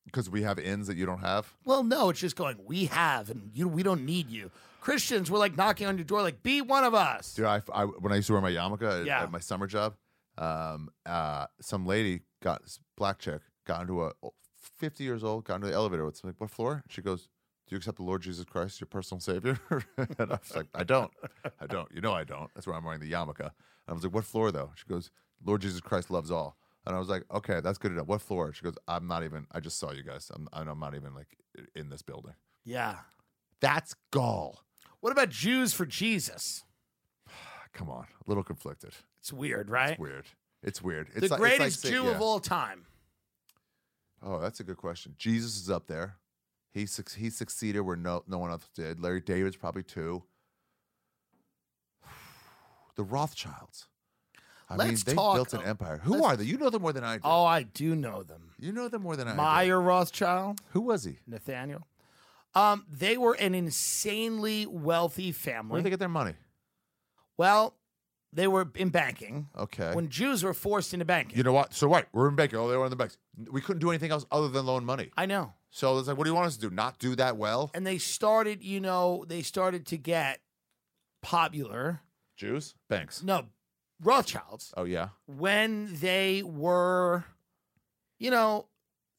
[SPEAKER 2] Because we have ends that you don't have.
[SPEAKER 1] Well, no, it's just going. We have, and you. We don't need you. Christians, we're like knocking on your door, like be one of us.
[SPEAKER 2] Dude, I, I- when I used to wear my yarmulke at,
[SPEAKER 1] Yeah.
[SPEAKER 2] at my summer job, um, uh, some lady got this black chick got into a oh, fifty years old got into the elevator. It's like what floor? She goes, "Do you accept the Lord Jesus Christ, as your personal savior?" and I was like, "I don't, I don't. You know, I don't. That's why I'm wearing the yarmulke." And I was like, "What floor though?" She goes, "Lord Jesus Christ loves all." And I was like, "Okay, that's good enough." What floor? She goes, "I'm not even. I just saw you guys. I'm, I'm not even like in this building."
[SPEAKER 1] Yeah.
[SPEAKER 2] That's gall.
[SPEAKER 1] What about Jews for Jesus?
[SPEAKER 2] Come on, a little conflicted.
[SPEAKER 1] It's weird, right?
[SPEAKER 2] It's weird. It's weird. It's
[SPEAKER 1] the
[SPEAKER 2] like- it's like
[SPEAKER 1] greatest
[SPEAKER 2] say-
[SPEAKER 1] Jew
[SPEAKER 2] yeah.
[SPEAKER 1] of all time.
[SPEAKER 2] Oh, that's a good question. Jesus is up there. He suc- he succeeded where no no one else did. Larry David's probably two. The Rothschilds. I mean,
[SPEAKER 1] Let's
[SPEAKER 2] they
[SPEAKER 1] talk
[SPEAKER 2] built an
[SPEAKER 1] a-
[SPEAKER 2] empire. Who
[SPEAKER 1] let's-
[SPEAKER 2] are they? You know them more than I do.
[SPEAKER 1] Oh, I do know them.
[SPEAKER 2] you know them more than I do.
[SPEAKER 1] Meyer Rothschild,
[SPEAKER 2] Who was he?
[SPEAKER 1] Nathaniel. Um, they were an insanely wealthy
[SPEAKER 2] Where
[SPEAKER 1] family.
[SPEAKER 2] did they get their money?
[SPEAKER 1] well, they were in banking.
[SPEAKER 2] Okay.
[SPEAKER 1] When Jews were forced into banking.
[SPEAKER 2] you know what? So right, we're in banking. Oh, they were in the banks. We couldn't do anything else other than loan money.
[SPEAKER 1] I know.
[SPEAKER 2] So it's like, what do you want us to do? Not do that well?
[SPEAKER 1] And they started, you know, they started to get popular.
[SPEAKER 2] Jews, banks.
[SPEAKER 1] No, Rothschilds.
[SPEAKER 2] Oh yeah.
[SPEAKER 1] when they were you know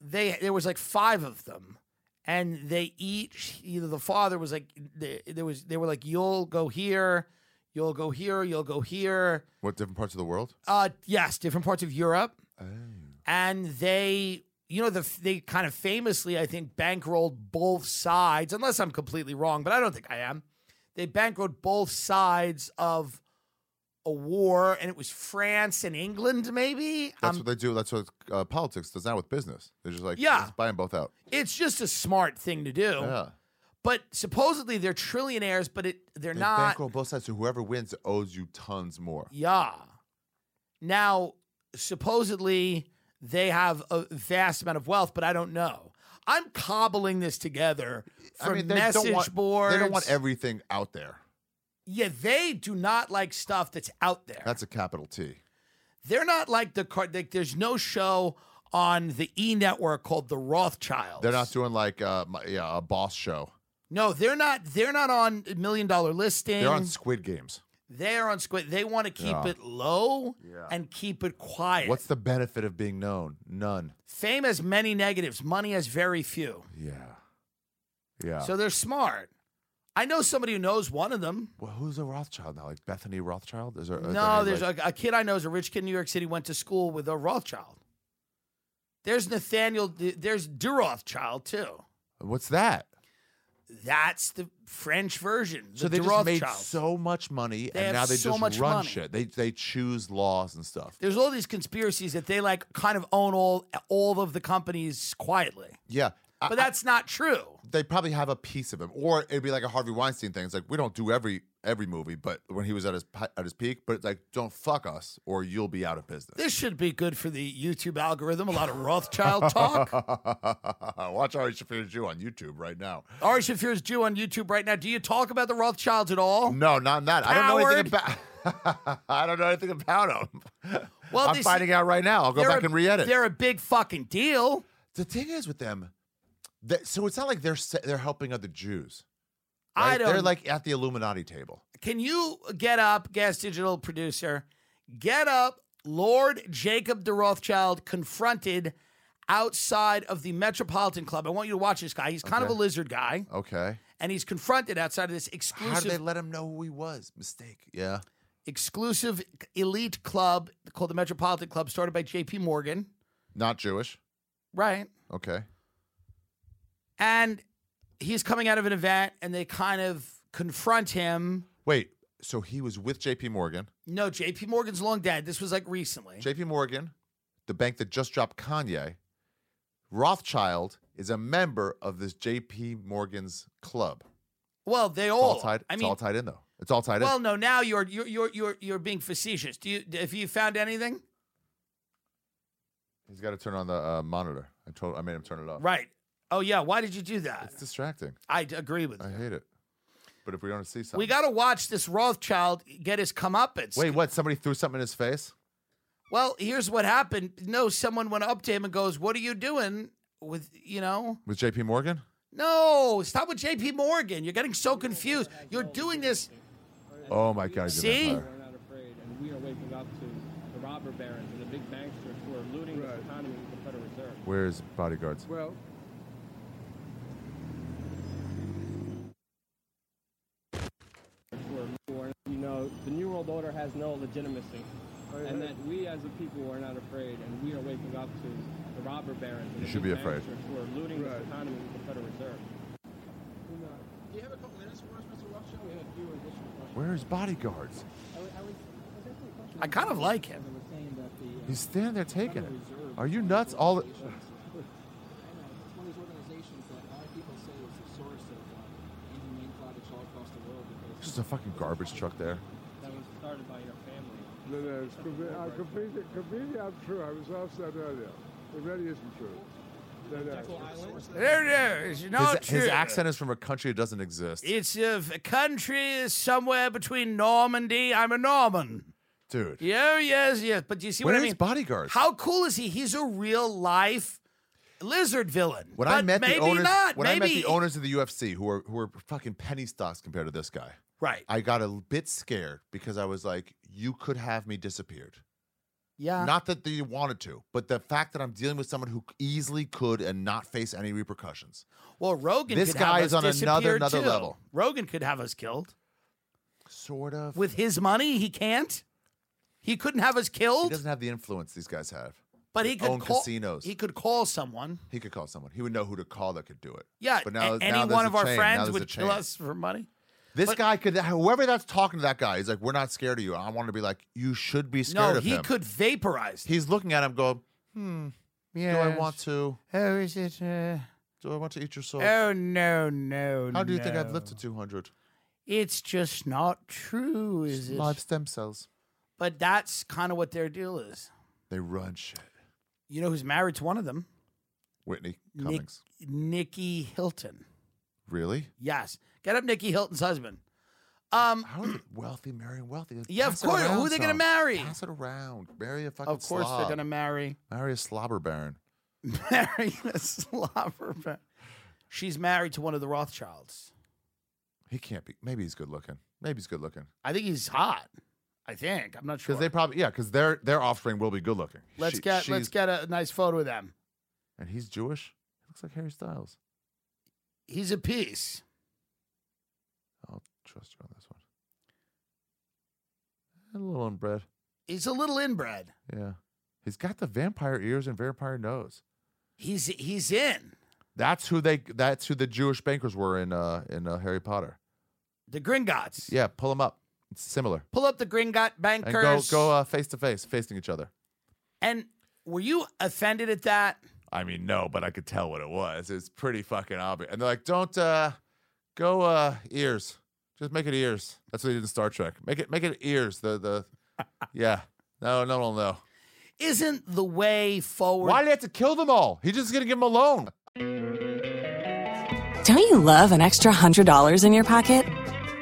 [SPEAKER 1] they there was like five of them and they each either the father was like th- there was they were like you'll go here you'll go here you'll go here
[SPEAKER 2] What different parts of the world?
[SPEAKER 1] uh yes different parts of europe
[SPEAKER 2] Oh.
[SPEAKER 1] and they you know the they kind of famously i think bankrolled both sides unless i'm completely wrong but i don't think i am they bankrolled both sides of a war and it was france and england maybe Um,
[SPEAKER 2] That's what they do. That's what uh, politics does now with business. They're just like,
[SPEAKER 1] Yeah.
[SPEAKER 2] let's buy them both out.
[SPEAKER 1] it's just a smart thing to do.
[SPEAKER 2] Yeah.
[SPEAKER 1] But supposedly they're trillionaires, but it they're
[SPEAKER 2] They
[SPEAKER 1] not.
[SPEAKER 2] bankroll both sides. So whoever wins owes you tons more.
[SPEAKER 1] Yeah. Now, supposedly they have a vast amount of wealth, but I don't know. I'm cobbling this together from
[SPEAKER 2] they
[SPEAKER 1] message
[SPEAKER 2] don't want,
[SPEAKER 1] boards.
[SPEAKER 2] They don't want everything out there.
[SPEAKER 1] Yeah, they do not like stuff that's out there.
[SPEAKER 2] That's a capital T.
[SPEAKER 1] they're not like the card. Like, there's no show on the E network called The Rothschilds.
[SPEAKER 2] They're not doing like uh, my, yeah, a boss show.
[SPEAKER 1] No, they're not. They're not on Million Dollar Listing.
[SPEAKER 2] They're on Squid Games.
[SPEAKER 1] They're on Squid. They want to keep
[SPEAKER 2] Yeah.
[SPEAKER 1] it low and keep it quiet.
[SPEAKER 2] What's the benefit of being known? None.
[SPEAKER 1] Fame has many negatives. Money has very few.
[SPEAKER 2] Yeah. Yeah.
[SPEAKER 1] So they're smart. I know somebody who knows one of them.
[SPEAKER 2] well, who's a Rothschild now? Like Bethany Rothschild? Is there, is there
[SPEAKER 1] no,
[SPEAKER 2] any,
[SPEAKER 1] there's
[SPEAKER 2] like,
[SPEAKER 1] a, a kid I know is a rich kid in New York City. Went to school with a Rothschild. There's Nathaniel. There's De Rothschild too.
[SPEAKER 2] What's that?
[SPEAKER 1] That's the French version.
[SPEAKER 2] So
[SPEAKER 1] the
[SPEAKER 2] they just made
[SPEAKER 1] Rothschild.
[SPEAKER 2] so much money,
[SPEAKER 1] They have
[SPEAKER 2] and now they
[SPEAKER 1] so
[SPEAKER 2] just
[SPEAKER 1] much
[SPEAKER 2] run
[SPEAKER 1] money.
[SPEAKER 2] shit. They they choose laws and stuff.
[SPEAKER 1] There's all these conspiracies that they like kind of own all all of the companies quietly,
[SPEAKER 2] Yeah, I-
[SPEAKER 1] but that's not true.
[SPEAKER 2] they probably have a piece of him, or it'd be like a Harvey Weinstein thing. It's like we don't do every every movie, but when he was at his pi- at his peak, but it's like don't fuck us, or you'll be out of business.
[SPEAKER 1] This should be good for the YouTube algorithm. A lot of Rothschild talk.
[SPEAKER 2] Watch Ari Shafir's Jew on YouTube right now.
[SPEAKER 1] Ari Shafir's Jew on YouTube right now. Do you talk about the Rothschilds at all?
[SPEAKER 2] No, not that. I don't know anything
[SPEAKER 1] Howard.
[SPEAKER 2] about. I don't know anything about him.
[SPEAKER 1] Well,
[SPEAKER 2] I'm
[SPEAKER 1] they-
[SPEAKER 2] finding out right now. I'll go
[SPEAKER 1] They're
[SPEAKER 2] back
[SPEAKER 1] a-
[SPEAKER 2] and re-edit.
[SPEAKER 1] They're a big fucking deal.
[SPEAKER 2] The thing is with them, that, so it's not like they're se- they're helping other Jews.
[SPEAKER 1] I
[SPEAKER 2] right?
[SPEAKER 1] don't.
[SPEAKER 2] They're like at the Illuminati table.
[SPEAKER 1] can you get up, Gas Digital producer? Get up, Lord Jacob de Rothschild confronted outside of the Metropolitan Club. I want you to watch this guy. He's kind of
[SPEAKER 2] Okay.
[SPEAKER 1] a lizard guy,
[SPEAKER 2] Okay.
[SPEAKER 1] and he's confronted outside of this
[SPEAKER 2] How did they
[SPEAKER 1] exclusive,
[SPEAKER 2] let him know who he was? Mistake. Yeah.
[SPEAKER 1] exclusive elite club called the Metropolitan Club, started by J.P. Morgan.
[SPEAKER 2] Not Jewish.
[SPEAKER 1] Right.
[SPEAKER 2] Okay.
[SPEAKER 1] And he's coming out of an event, and they kind of confront him.
[SPEAKER 2] Wait. So he was with J.P. Morgan.
[SPEAKER 1] No, J.P. Morgan's long dead. This was like recently.
[SPEAKER 2] J.P. Morgan, the bank that just dropped Kanye. Rothschild is a member of this J.P. Morgan's club.
[SPEAKER 1] well, they
[SPEAKER 2] It's
[SPEAKER 1] all.
[SPEAKER 2] all tied.
[SPEAKER 1] Oh, I
[SPEAKER 2] it's
[SPEAKER 1] mean,
[SPEAKER 2] all tied in though. It's all tied
[SPEAKER 1] well,
[SPEAKER 2] in.
[SPEAKER 1] no. Now you're you're you're you're you're being facetious. Do you? If you found anything,
[SPEAKER 2] He's got to turn on the uh, monitor. I told. I made him turn it off.
[SPEAKER 1] right? Oh yeah. Why did you do that?
[SPEAKER 2] Uh. It's distracting.
[SPEAKER 1] I d- agree with.
[SPEAKER 2] I
[SPEAKER 1] you.
[SPEAKER 2] hate it. But if we don't see something,
[SPEAKER 1] We got to watch this Rothschild get his comeuppance.
[SPEAKER 2] Wait, what? Somebody threw something in his face?
[SPEAKER 1] Well, here's what happened. No, someone went up to him and goes, "What are you doing with you know?"
[SPEAKER 2] With J.P. Morgan?
[SPEAKER 1] No, stop with J.P. Morgan. You're getting so confused. You're doing this.
[SPEAKER 2] Oh my God! he's a
[SPEAKER 1] See?
[SPEAKER 2] vampire.
[SPEAKER 5] are not afraid, and we are waking up to the robber barons and the big banksters who are looting this economy with the Federal Reserve.
[SPEAKER 2] Where's bodyguards?
[SPEAKER 5] Well, you know, the New World Order has no legitimacy, and that we as a people are not afraid, and we are waking up to the robber barons and
[SPEAKER 2] You
[SPEAKER 5] the
[SPEAKER 2] should
[SPEAKER 5] big
[SPEAKER 2] be afraid.
[SPEAKER 5] banksters who are looting this economy with the Federal Reserve. Do you have a couple minutes for us, Mr. Rothschild? We have a few additional questions.
[SPEAKER 2] Where's bodyguards?
[SPEAKER 1] I kind of like him.
[SPEAKER 2] He's standing there taking it. Are you nuts? All the-
[SPEAKER 5] It's one of these organizations that a lot of people say is the source of uh, anti-main projects all across the world because
[SPEAKER 2] just a fucking garbage truck there.
[SPEAKER 5] that was started by your family.
[SPEAKER 6] No, no, it's completely, uh, completely, completely untrue. I was asked that earlier. It really isn't true. No, no.
[SPEAKER 1] There, there. It's not
[SPEAKER 2] his, his
[SPEAKER 1] true.
[SPEAKER 2] accent is from a country that doesn't exist.
[SPEAKER 1] It's a f- country somewhere between Normandy. I'm a Norman.
[SPEAKER 2] Dude.
[SPEAKER 1] Yeah, yes, yes. But do you see
[SPEAKER 2] Where
[SPEAKER 1] what
[SPEAKER 2] are
[SPEAKER 1] I
[SPEAKER 2] his
[SPEAKER 1] mean?
[SPEAKER 2] bodyguards?
[SPEAKER 1] How cool is he? He's a real life lizard villain.
[SPEAKER 2] When
[SPEAKER 1] but
[SPEAKER 2] I met
[SPEAKER 1] maybe
[SPEAKER 2] the owners,
[SPEAKER 1] not.
[SPEAKER 2] when I met
[SPEAKER 1] Maybe-
[SPEAKER 2] the owners of the UFC, who are who are fucking penny stocks compared to this guy,
[SPEAKER 1] right?
[SPEAKER 2] I got a bit scared because I was like, "You could have me disappeared."
[SPEAKER 1] yeah.
[SPEAKER 2] Not that they wanted to, but the fact that I'm dealing with someone who easily could and not face any repercussions.
[SPEAKER 1] well, Rogan.
[SPEAKER 2] this
[SPEAKER 1] could
[SPEAKER 2] guy
[SPEAKER 1] have
[SPEAKER 2] is
[SPEAKER 1] us
[SPEAKER 2] on another-
[SPEAKER 1] disappeared,
[SPEAKER 2] another
[SPEAKER 1] too.
[SPEAKER 2] level.
[SPEAKER 1] Rogan could have us killed
[SPEAKER 2] Sort of.
[SPEAKER 1] with his money. He can't. He couldn't have us
[SPEAKER 2] he
[SPEAKER 1] killed,
[SPEAKER 2] doesn't have the influence these guys have.
[SPEAKER 1] but he
[SPEAKER 2] They
[SPEAKER 1] could
[SPEAKER 2] own
[SPEAKER 1] call,
[SPEAKER 2] casinos.
[SPEAKER 1] He could call someone.
[SPEAKER 2] He could call someone. He would know who to call that could do it.
[SPEAKER 1] Yeah,
[SPEAKER 2] but
[SPEAKER 1] a-
[SPEAKER 2] now
[SPEAKER 1] any
[SPEAKER 2] now there's
[SPEAKER 1] one
[SPEAKER 2] a
[SPEAKER 1] of our
[SPEAKER 2] chain. Now
[SPEAKER 1] friends
[SPEAKER 2] there's a
[SPEAKER 1] would kill
[SPEAKER 2] chain.
[SPEAKER 1] us for money.
[SPEAKER 2] This
[SPEAKER 1] But-
[SPEAKER 2] guy could, whoever that's talking to that guy, he's like, "We're not scared of you." I want to be like, "You should be scared
[SPEAKER 1] No,
[SPEAKER 2] of
[SPEAKER 1] he
[SPEAKER 2] him."
[SPEAKER 1] could vaporize.
[SPEAKER 2] He's looking at him, going, "Do I want to?
[SPEAKER 1] Oh, is it? Uh,
[SPEAKER 2] Do I want to eat your soul?
[SPEAKER 1] oh no, no.
[SPEAKER 2] How do you think I've
[SPEAKER 1] no.
[SPEAKER 2] lived to 200?
[SPEAKER 1] It's just not true, is it?
[SPEAKER 2] Live stem cells.
[SPEAKER 1] But that's kind of what their deal is.
[SPEAKER 2] They run shit."
[SPEAKER 1] You know who's married to one of them?
[SPEAKER 2] Whitney
[SPEAKER 1] Nick,
[SPEAKER 2] Cummings.
[SPEAKER 1] Nikki Hilton.
[SPEAKER 2] Really?
[SPEAKER 1] Yes, get up, Nikki Hilton's husband. Um,
[SPEAKER 2] How are they wealthy marrying wealthy?
[SPEAKER 1] Yeah, of
[SPEAKER 2] Pass it
[SPEAKER 1] course. Who
[SPEAKER 2] around
[SPEAKER 1] are they gonna
[SPEAKER 2] some.
[SPEAKER 1] marry?
[SPEAKER 2] Pass it around. Marry a fucking.
[SPEAKER 1] of course they're
[SPEAKER 2] slob.
[SPEAKER 1] gonna marry
[SPEAKER 2] marry a slobber baron.
[SPEAKER 1] marry a slobber. ba- She's married to one of the Rothschilds.
[SPEAKER 2] He can't be. Maybe he's good looking. Maybe he's good looking.
[SPEAKER 1] I think he's hot. I think I'm not sure.
[SPEAKER 2] Because they probably yeah, because their their offspring will be good looking.
[SPEAKER 1] let's
[SPEAKER 2] She-
[SPEAKER 1] get let's
[SPEAKER 2] she's-
[SPEAKER 1] get a nice photo of them.
[SPEAKER 2] and he's Jewish. He looks like Harry Styles.
[SPEAKER 1] He's a piece.
[SPEAKER 2] I'll trust you on this one. A little inbred.
[SPEAKER 1] He's a little inbred.
[SPEAKER 2] Yeah. He's got the vampire ears and vampire nose.
[SPEAKER 1] He's he's in.
[SPEAKER 2] That's who they. That's who the Jewish bankers were in uh, in uh, Harry Potter.
[SPEAKER 1] The Gringotts.
[SPEAKER 2] Yeah, pull them up. It's similar.
[SPEAKER 1] Pull up the Gringot
[SPEAKER 2] And
[SPEAKER 1] bankers.
[SPEAKER 2] go go uh, face to face, facing each other.
[SPEAKER 1] And were you offended at that?
[SPEAKER 2] I mean, no, but I could tell what it was. It's pretty fucking obvious. And they're like, "Don't uh, go uh, ears. Just make it ears." That's what they did in Star Trek. Make it make it ears. The the yeah. No, no, no, no.
[SPEAKER 1] Isn't the way forward?
[SPEAKER 2] Why did he have to kill them all? He's just gonna give them a loan.
[SPEAKER 7] Don't you love an extra $100 in your pocket?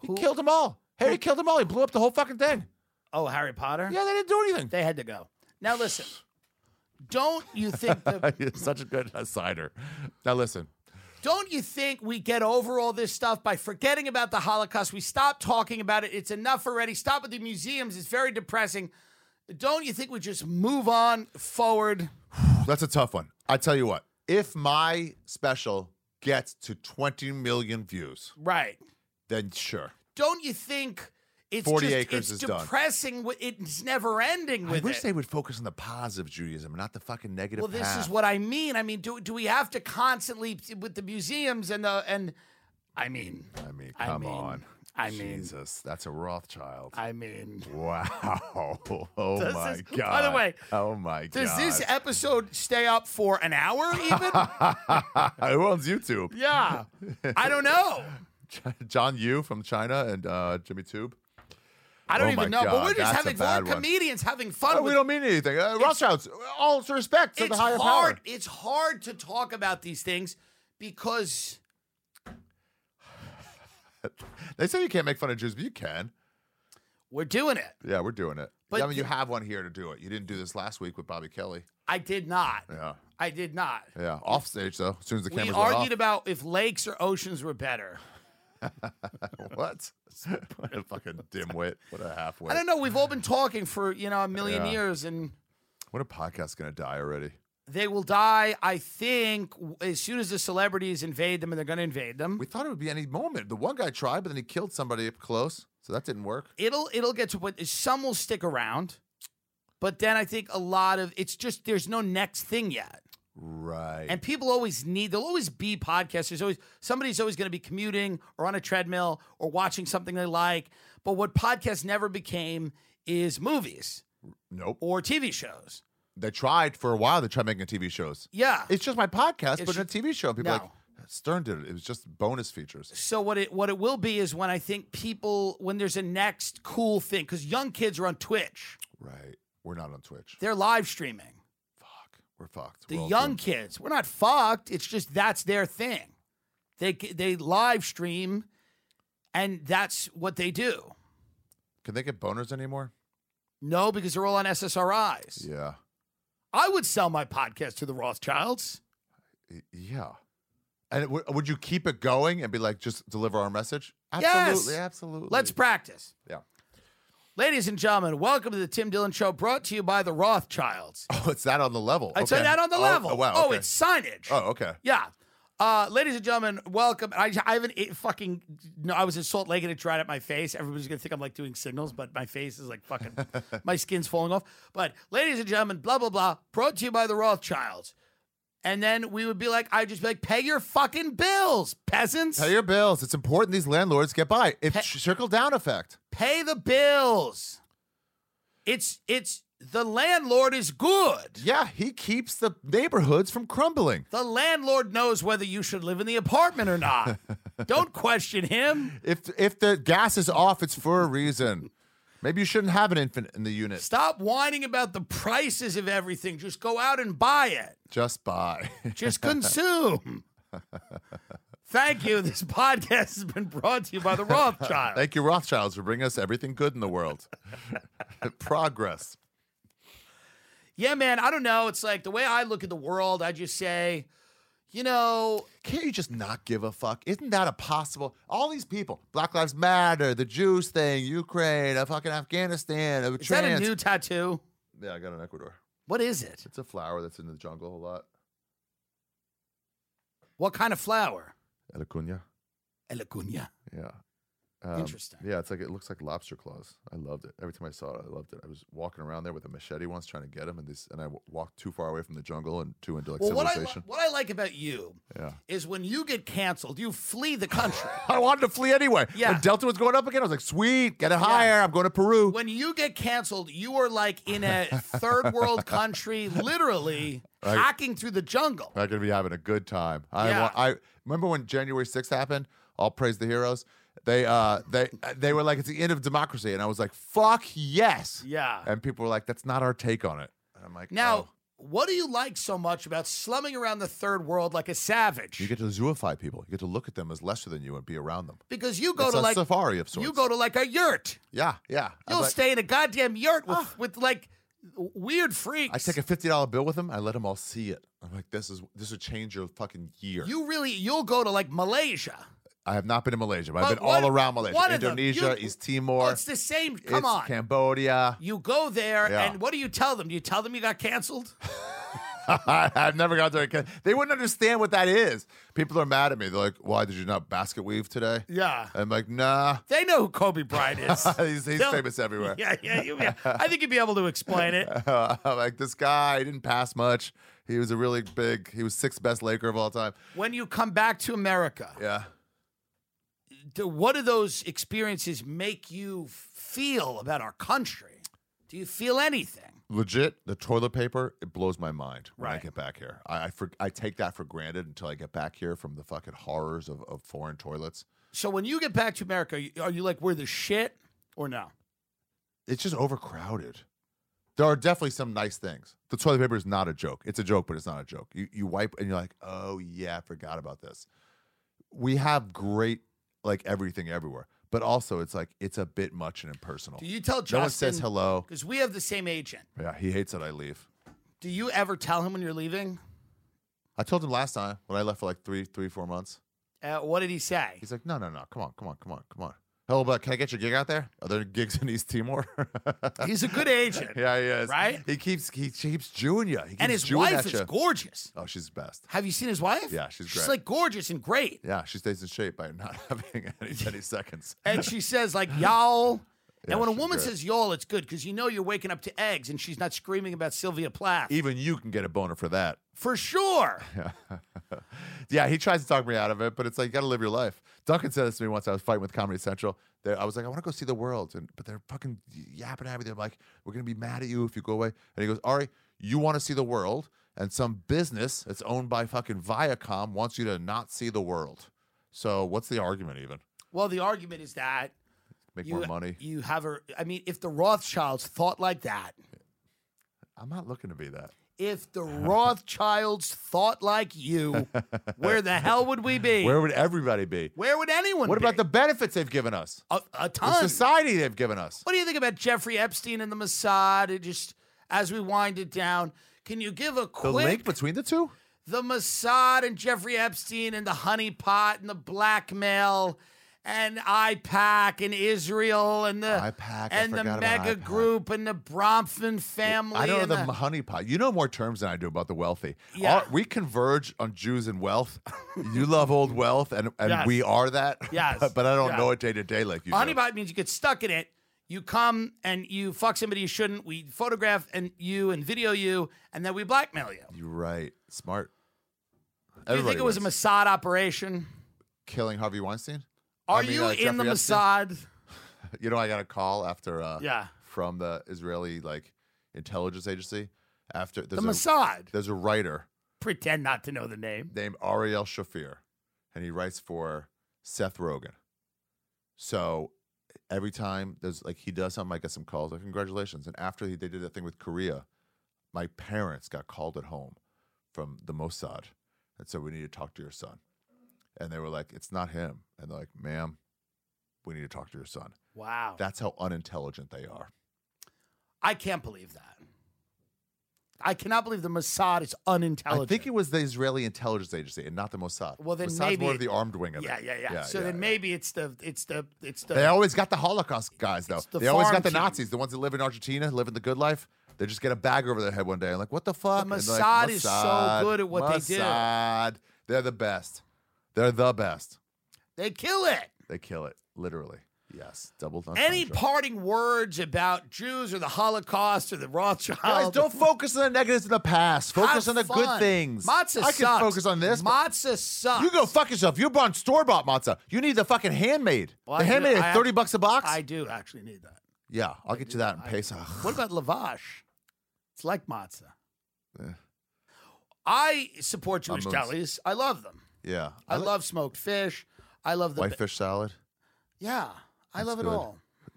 [SPEAKER 2] He killed them all. Harry killed them all. He blew up the whole fucking thing.
[SPEAKER 1] Oh, Harry Potter?
[SPEAKER 2] Yeah, they didn't do anything.
[SPEAKER 1] They had to go. Now listen. Don't you think the,
[SPEAKER 2] He's such a good cider. Now listen,
[SPEAKER 1] don't you think we get over all this stuff by forgetting about the Holocaust? We stop talking about it. It's enough already. Stop with the museums. It's very depressing. Don't you think we just move on forward?
[SPEAKER 2] that's a tough one. I tell you what, if my special gets to 20 million views,
[SPEAKER 1] Right.
[SPEAKER 2] then sure.
[SPEAKER 1] Don't you think it's
[SPEAKER 2] 40
[SPEAKER 1] just,
[SPEAKER 2] acres
[SPEAKER 1] it's
[SPEAKER 2] is done.
[SPEAKER 1] depressing. wi- It's never ending
[SPEAKER 2] I
[SPEAKER 1] with
[SPEAKER 2] wish
[SPEAKER 1] it.
[SPEAKER 2] they would focus on the positive Judaism and not the fucking negative.
[SPEAKER 1] Well, this
[SPEAKER 2] half.
[SPEAKER 1] is what I mean. I mean, do do we have to constantly with the museums and the and I mean,
[SPEAKER 2] I mean.
[SPEAKER 1] I
[SPEAKER 2] Come
[SPEAKER 1] mean-
[SPEAKER 2] on,
[SPEAKER 1] I mean-
[SPEAKER 2] Jesus, Oh, that's a Rothschild.
[SPEAKER 1] I mean,
[SPEAKER 2] wow. Oh
[SPEAKER 1] Does
[SPEAKER 2] my
[SPEAKER 1] this-
[SPEAKER 2] god.
[SPEAKER 1] by the way,
[SPEAKER 2] oh my
[SPEAKER 1] does
[SPEAKER 2] god.
[SPEAKER 1] this episode stay up for an hour even?
[SPEAKER 2] Who owns YouTube?
[SPEAKER 1] yeah, I don't know.
[SPEAKER 2] Ch- John Yu from China and uh, Jimmy Tube.
[SPEAKER 1] I don't
[SPEAKER 2] Oh my
[SPEAKER 1] even know. but
[SPEAKER 2] God,
[SPEAKER 1] we're just
[SPEAKER 2] that's a
[SPEAKER 1] having fun.
[SPEAKER 2] bad one.
[SPEAKER 1] Comedians having fun.
[SPEAKER 2] Oh,
[SPEAKER 1] with,
[SPEAKER 2] we don't mean anything. Uh, Rothschilds, all due respect to
[SPEAKER 1] it's
[SPEAKER 2] the higher
[SPEAKER 1] hard.
[SPEAKER 2] power.
[SPEAKER 1] It's hard to talk about these things because
[SPEAKER 2] They say you can't make fun of Jews, but you can.
[SPEAKER 1] we're doing it.
[SPEAKER 2] Yeah, we're doing it.
[SPEAKER 1] But
[SPEAKER 2] I mean, you
[SPEAKER 1] the-
[SPEAKER 2] have one here to do it. You didn't do this last week with Bobby Kelly.
[SPEAKER 1] I did not.
[SPEAKER 2] Yeah,
[SPEAKER 1] I did not.
[SPEAKER 2] yeah. Off stage though, as soon as the
[SPEAKER 1] We
[SPEAKER 2] cameras went
[SPEAKER 1] argued about if lakes or oceans were better.
[SPEAKER 2] off. what? what a fucking dimwit. What a halfway.
[SPEAKER 1] I don't know. We've all been talking for you know a million
[SPEAKER 2] Yeah.
[SPEAKER 1] years, and
[SPEAKER 2] What a podcast's gonna die already.
[SPEAKER 1] they will die. I think w- as soon as the celebrities invade them, and they're going to invade them,
[SPEAKER 2] We thought it would be any moment. The one guy tried, but then he killed somebody up close, so that didn't work.
[SPEAKER 1] it'll it'll get to what some will stick around, but then I think a lot of it's just there's no next thing yet,
[SPEAKER 2] Right.
[SPEAKER 1] and people always need. There'll always be podcasts. There's always somebody's always going to be commuting or on a treadmill or watching something they like. But what podcasts never became is movies
[SPEAKER 2] nope.
[SPEAKER 1] or TV shows.
[SPEAKER 2] They tried for a while. They tried making TV shows.
[SPEAKER 1] Yeah.
[SPEAKER 2] It's just my podcast,
[SPEAKER 1] It's
[SPEAKER 2] but in a
[SPEAKER 1] just-
[SPEAKER 2] TV show. And people are
[SPEAKER 1] No.
[SPEAKER 2] like Stern did it. It was just bonus features.
[SPEAKER 1] So what it what it will be is when I think people when there's a next cool thing because young kids are on Twitch,
[SPEAKER 2] Right. We're not on Twitch.
[SPEAKER 1] they're live streaming.
[SPEAKER 2] Fuck. We're fucked.
[SPEAKER 1] The
[SPEAKER 2] We're all
[SPEAKER 1] young
[SPEAKER 2] doomed.
[SPEAKER 1] kids, we're not fucked. It's just that's their thing. They they live stream, and that's what they do.
[SPEAKER 2] Can they get boners anymore?
[SPEAKER 1] No, because they're all on SSRIs.
[SPEAKER 2] Yeah.
[SPEAKER 1] I would sell my podcast to the Rothschilds.
[SPEAKER 2] Y- Yeah. And it, would- would you keep it going and be like, just deliver our message?
[SPEAKER 1] Yes.
[SPEAKER 2] Absolutely. Absolutely.
[SPEAKER 1] Let's practice.
[SPEAKER 2] Yeah.
[SPEAKER 1] Ladies and gentlemen, welcome to the Tim Dillon Show, brought to you by the Rothschilds.
[SPEAKER 2] Oh, it's that on the level.
[SPEAKER 1] I tell you
[SPEAKER 2] Okay.
[SPEAKER 1] that on the
[SPEAKER 2] Oh,
[SPEAKER 1] level.
[SPEAKER 2] Oh, wow.
[SPEAKER 1] Oh,
[SPEAKER 2] okay.
[SPEAKER 1] it's signage.
[SPEAKER 2] Oh, okay.
[SPEAKER 1] Yeah. Uh, ladies and gentlemen, welcome. I, I haven't it fucking. No, I was in Salt Lake and it dried up my face. Everybody's gonna think I'm like doing signals, but my face is like fucking. my skin's falling off. But ladies and gentlemen, blah blah blah. Brought to you by the Rothschilds. And then we would be like, I'd just be like, pay your fucking bills, peasants.
[SPEAKER 2] Pay your bills. It's important these landlords get by. It's circle down effect.
[SPEAKER 1] pay the bills. It's it's The landlord is good.
[SPEAKER 2] Yeah, he keeps the neighborhoods from crumbling.
[SPEAKER 1] The landlord knows whether you should live in the apartment or not. Don't question him.
[SPEAKER 2] If if the gas is off, it's for a reason. Maybe you shouldn't have an infant in the unit.
[SPEAKER 1] Stop whining about the prices of everything. Just go out and buy it.
[SPEAKER 2] Just buy.
[SPEAKER 1] Just consume. Thank you. This podcast has been brought to you by the Rothschild.
[SPEAKER 2] Thank you, Rothschilds, for bringing us everything good in the world. Progress.
[SPEAKER 1] yeah, man, I don't know. It's like the way I look at the world, I just say, you know,
[SPEAKER 2] Can't you just not give a fuck? Isn't that a possible? All these people, Black Lives Matter, the Jews thing, Ukraine, a fucking Afghanistan, a
[SPEAKER 1] is
[SPEAKER 2] trans.
[SPEAKER 1] that a new tattoo?
[SPEAKER 2] yeah, I got an Ecuador.
[SPEAKER 1] What is it?
[SPEAKER 2] It's a flower that's in the jungle a lot.
[SPEAKER 1] What kind of flower?
[SPEAKER 2] El Acuña.
[SPEAKER 1] Elicunia.
[SPEAKER 2] Yeah. Um,
[SPEAKER 1] Interesting.
[SPEAKER 2] Yeah, it's like it looks like lobster claws. I loved it. Every time I saw it, I loved it. I was walking around there with a machete once, trying to get him, and this, and I w- walked too far away from the jungle and too into like
[SPEAKER 1] Well, what I, li-
[SPEAKER 2] civilization.
[SPEAKER 1] what I like about you
[SPEAKER 2] yeah.
[SPEAKER 1] is when you get canceled, you flee the country.
[SPEAKER 2] I wanted to flee anyway.
[SPEAKER 1] Yeah.
[SPEAKER 2] When Delta was going up again, I was like, sweet, get it higher. I'm going to Peru.
[SPEAKER 1] when you get canceled, you are like in a third world country, literally hacking through the jungle.
[SPEAKER 2] I'm not going to be having a good time. I
[SPEAKER 1] Yeah.
[SPEAKER 2] wa- I remember when January 6th happened. All praise the heroes. They uh they they were like it's the end of democracy, and I was like, fuck yes.
[SPEAKER 1] Yeah.
[SPEAKER 2] And people were like, that's not our take on it. And I'm like,
[SPEAKER 1] Now,
[SPEAKER 2] "Oh."
[SPEAKER 1] what do you like so much about slumming around the third world like a savage?
[SPEAKER 2] you get to zoofy people. You get to look at them as lesser than you and be around them.
[SPEAKER 1] because you go
[SPEAKER 2] It's
[SPEAKER 1] to
[SPEAKER 2] a
[SPEAKER 1] like
[SPEAKER 2] safari of
[SPEAKER 1] You
[SPEAKER 2] sorts.
[SPEAKER 1] go to like a yurt.
[SPEAKER 2] Yeah, yeah. I'm
[SPEAKER 1] You'll
[SPEAKER 2] like- Ah.
[SPEAKER 1] stay in a goddamn yurt with, with like weird freaks.
[SPEAKER 2] I take a fifty dollar bill with them. I let them all see it. I'm like, this is this would change your fucking year.
[SPEAKER 1] You really you'll go to like Malaysia.
[SPEAKER 2] I have not been in Malaysia, but, I've
[SPEAKER 1] But
[SPEAKER 2] been
[SPEAKER 1] one-
[SPEAKER 2] all around Malaysia,
[SPEAKER 1] one of them-
[SPEAKER 2] Indonesia,
[SPEAKER 1] you-
[SPEAKER 2] East Timor.
[SPEAKER 1] Oh, it's the same. Come
[SPEAKER 2] it's
[SPEAKER 1] on.
[SPEAKER 2] Cambodia.
[SPEAKER 1] You go there,
[SPEAKER 2] Yeah.
[SPEAKER 1] and what do you tell them? Do you tell them you got canceled?
[SPEAKER 2] I've never gone to a ca- They wouldn't understand what that is. People are mad at me. They're like, "Why did you not basket weave today?"
[SPEAKER 1] Yeah.
[SPEAKER 2] I'm like, "Nah."
[SPEAKER 1] They know who Kobe Bryant is.
[SPEAKER 2] he's he's
[SPEAKER 1] They'll-
[SPEAKER 2] famous everywhere.
[SPEAKER 1] Yeah, yeah, you, yeah. I think you'd be able to explain it.
[SPEAKER 2] I'm like this guy he didn't pass much. He was a really big. He was sixth best Laker of all time.
[SPEAKER 1] When you come back to America,
[SPEAKER 2] Yeah.
[SPEAKER 1] do, what do those experiences make you feel about our country? Do you feel anything?
[SPEAKER 2] legit the toilet paper it blows my mind when i
[SPEAKER 1] Right.
[SPEAKER 2] get back here i I, for, I take that for granted until i get back here from the fucking horrors of, of foreign toilets
[SPEAKER 1] So when you get back to America, you- are you like we're the shit or no?
[SPEAKER 2] it's just overcrowded there are definitely some nice things the toilet paper is not a joke it's a joke but it's not a joke you, you wipe and you're like oh yeah i forgot about this we have great like everything everywhere but also it's like it's a bit much and impersonal
[SPEAKER 1] Do you tell Justin?
[SPEAKER 2] no one says hello
[SPEAKER 1] Because we have the same agent.
[SPEAKER 2] yeah he hates that i leave
[SPEAKER 1] Do you ever tell him when you're leaving?
[SPEAKER 2] i told him last time when i left for like three three four months
[SPEAKER 1] Uh, what did he say?
[SPEAKER 2] He's like, no, no, no. Come on, come on, come on, come on. Hello, but can I get your gig out there? Are there gigs in East Timor?
[SPEAKER 1] He's a good agent.
[SPEAKER 2] yeah, he is.
[SPEAKER 1] Right?
[SPEAKER 2] He keeps he keeps Jewing you. He keeps
[SPEAKER 1] and his
[SPEAKER 2] Jewing
[SPEAKER 1] wife
[SPEAKER 2] at
[SPEAKER 1] is
[SPEAKER 2] ya.
[SPEAKER 1] gorgeous.
[SPEAKER 2] Oh, she's the best.
[SPEAKER 1] Have you seen his wife?
[SPEAKER 2] Yeah, she's
[SPEAKER 1] she's
[SPEAKER 2] great.
[SPEAKER 1] like gorgeous and great.
[SPEAKER 2] Yeah, she stays in shape by not having any, any seconds.
[SPEAKER 1] and she says like y'all.
[SPEAKER 2] Yeah,
[SPEAKER 1] and when a
[SPEAKER 2] she's
[SPEAKER 1] woman
[SPEAKER 2] great.
[SPEAKER 1] says y'all, it's good because you know you're waking up to eggs, and she's not screaming about Sylvia Plath
[SPEAKER 2] Even you can get a boner for that.
[SPEAKER 1] for sure.
[SPEAKER 2] yeah, he tries to talk me out of it, but it's like you got to live your life. Duncan said this to me once. I was fighting with Comedy Central. They, I was like, I want to go see the world, and but they're fucking yapping at me. They're like, we're gonna be mad at you if you go away. And he goes, Ari, you want to see the world, and some business that's owned by fucking Viacom wants you to not see the world. So what's the argument even?
[SPEAKER 1] Well, the argument is that
[SPEAKER 2] Make
[SPEAKER 1] you
[SPEAKER 2] more money.
[SPEAKER 1] you have a. I mean, if the Rothschilds thought like that,
[SPEAKER 2] I'm not looking to be that.
[SPEAKER 1] if the Rothschilds thought like you, where the hell would we be?
[SPEAKER 2] Where would everybody be?
[SPEAKER 1] Where would anyone?
[SPEAKER 2] What
[SPEAKER 1] be?
[SPEAKER 2] about the benefits they've given us?
[SPEAKER 1] a, a
[SPEAKER 2] The
[SPEAKER 1] ton?
[SPEAKER 2] society they've given us.
[SPEAKER 1] What do you think about Jeffrey Epstein and the Mossad? It just as we wind it down, can you give a
[SPEAKER 2] The
[SPEAKER 1] quick
[SPEAKER 2] link between the two?
[SPEAKER 1] the Mossad and Jeffrey Epstein and the honeypot and the blackmail and IPAC and Israel and the
[SPEAKER 2] IPAC, I
[SPEAKER 1] and the
[SPEAKER 2] forgot about
[SPEAKER 1] mega
[SPEAKER 2] IPAC.
[SPEAKER 1] group and the Bronfman family.
[SPEAKER 2] I don't
[SPEAKER 1] and
[SPEAKER 2] know the, honeypot. You know more terms than I do about the wealthy.
[SPEAKER 1] Yeah.
[SPEAKER 2] All- we converge on Jews and wealth. you love old wealth, and, and
[SPEAKER 1] Yes.
[SPEAKER 2] we are that.
[SPEAKER 1] Yes.
[SPEAKER 2] but, but I don't
[SPEAKER 1] Yeah.
[SPEAKER 2] know it day to day like you
[SPEAKER 1] A
[SPEAKER 2] do.
[SPEAKER 1] honeypot means you get stuck in it. You come and you fuck somebody you shouldn't. We photograph and you and video you, and then we blackmail you.
[SPEAKER 2] You're right. Smart.
[SPEAKER 1] Do you think it was a
[SPEAKER 2] wins.
[SPEAKER 1] Mossad operation?
[SPEAKER 2] Killing Harvey Weinstein?
[SPEAKER 1] Are
[SPEAKER 2] I mean,
[SPEAKER 1] you
[SPEAKER 2] uh,
[SPEAKER 1] in the
[SPEAKER 2] Jeffrey Epstein?
[SPEAKER 1] Mossad?
[SPEAKER 2] You know, I got a call after uh,
[SPEAKER 1] Yeah.
[SPEAKER 2] from the Israeli, like, intelligence agency. After
[SPEAKER 1] The
[SPEAKER 2] there's a,
[SPEAKER 1] Mossad.
[SPEAKER 2] there's a writer
[SPEAKER 1] Pretend not to know the name.
[SPEAKER 2] named Ariel Shafir, and he writes for Seth Rogen. So every time there's like he does something, I get some calls like congratulations. And after he, they did that thing with Korea, my parents got called at home from the Mossad and said we need to talk to your son. And they were like, it's not him. And they're like, ma'am, we need to talk to your son.
[SPEAKER 1] Wow.
[SPEAKER 2] That's how unintelligent they are.
[SPEAKER 1] I can't believe that. I cannot believe the Mossad is unintelligent.
[SPEAKER 2] I think it was the Israeli intelligence agency and not the Mossad.
[SPEAKER 1] Well, then
[SPEAKER 2] Mossad's
[SPEAKER 1] maybe
[SPEAKER 2] more of
[SPEAKER 1] it-
[SPEAKER 2] the armed wing of
[SPEAKER 1] yeah,
[SPEAKER 2] it.
[SPEAKER 1] yeah, yeah, So then
[SPEAKER 2] yeah.
[SPEAKER 1] maybe it's the it's the it's the
[SPEAKER 2] They always got the Holocaust guys, though.
[SPEAKER 1] It's the
[SPEAKER 2] they always
[SPEAKER 1] farm
[SPEAKER 2] got the
[SPEAKER 1] team.
[SPEAKER 2] Nazis, the ones that live in Argentina, living the good life. They just get a bag over their head one day and like, what the fuck?
[SPEAKER 1] The
[SPEAKER 2] And they're
[SPEAKER 1] Mossad is so good at what they do.
[SPEAKER 2] Mossad. They're the best. They're the best.
[SPEAKER 1] they kill it.
[SPEAKER 2] They kill it, literally. Yes, double. entendre.
[SPEAKER 1] Any parting words about Jews or the Holocaust or the Rothschilds?
[SPEAKER 2] Guys, don't focus on the negatives in the past. Focus
[SPEAKER 1] Have
[SPEAKER 2] on the good
[SPEAKER 1] fun.
[SPEAKER 2] things.
[SPEAKER 1] Matzah
[SPEAKER 2] I
[SPEAKER 1] sucks.
[SPEAKER 2] can focus on this. but
[SPEAKER 1] Matzah sucks.
[SPEAKER 2] You go fuck yourself. You bought store bought matzah. You need the fucking handmade.
[SPEAKER 1] Well,
[SPEAKER 2] the
[SPEAKER 1] I do-
[SPEAKER 2] handmade
[SPEAKER 1] I-
[SPEAKER 2] at thirty bucks a box.
[SPEAKER 1] I do actually need that.
[SPEAKER 2] yeah, I'll get you that in Pesach.
[SPEAKER 1] What about lavash? It's like matzah. I support Jewish
[SPEAKER 2] Hummus.
[SPEAKER 1] delis. I love them.
[SPEAKER 2] Yeah,
[SPEAKER 1] I,
[SPEAKER 2] like
[SPEAKER 1] love smoked fish. I love the
[SPEAKER 2] white fish salad.
[SPEAKER 1] Yeah, I love it
[SPEAKER 2] good.
[SPEAKER 1] all.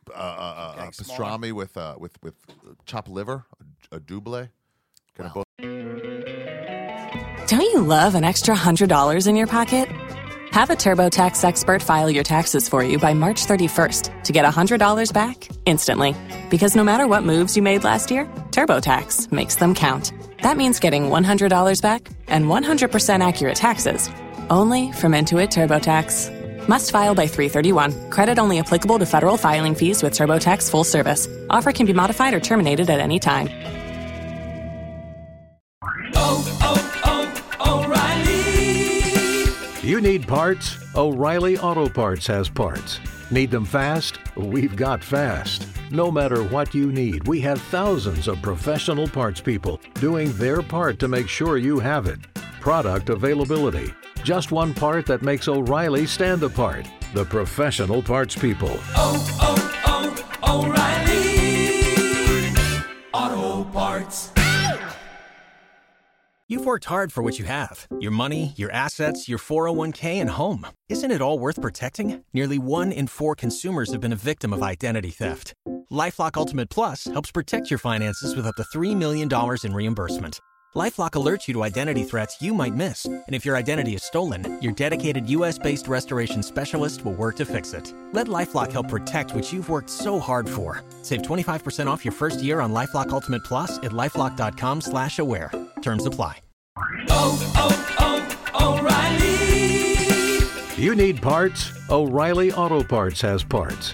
[SPEAKER 2] uh, uh, uh, uh,
[SPEAKER 1] getting smaller.
[SPEAKER 2] pastrami with uh, with with chopped liver, a, a double. Gonna both
[SPEAKER 7] Don't you love an extra $100 in your pocket? Have a TurboTax expert file your taxes for you by March 31st to get $100 back instantly. Because no matter what moves you made last year, TurboTax makes them count. That means getting $100 back and 100% accurate taxes only from Intuit TurboTax. Must file by 331. Credit only applicable to federal filing fees with TurboTax full service. Offer can be modified or terminated at any time.
[SPEAKER 8] You need parts? O'Reilly Auto Parts has parts. Need them fast? We've got fast. No matter what you need, we have thousands of professional parts people doing their part to make sure you have it. Product availability. Just one part that makes O'Reilly stand apart. The professional parts people.
[SPEAKER 4] You've worked hard for what you have your money, your assets, your 401k, and home. Isn't it all worth protecting? Nearly one in four consumers have been a victim of identity theft. Lifelock Ultimate Plus helps protect your finances with up to $3 million in reimbursement. Lifelock alerts you to identity threats you might miss. And if your identity is stolen, your dedicated US based restoration specialist will work to fix it. Let Lifelock help protect what you've worked so hard for. Save 25% off your first year on Lifelock Ultimate Plus at lifelock.com slash aware. Terms apply.
[SPEAKER 8] You need parts? O'Reilly Auto Parts has parts.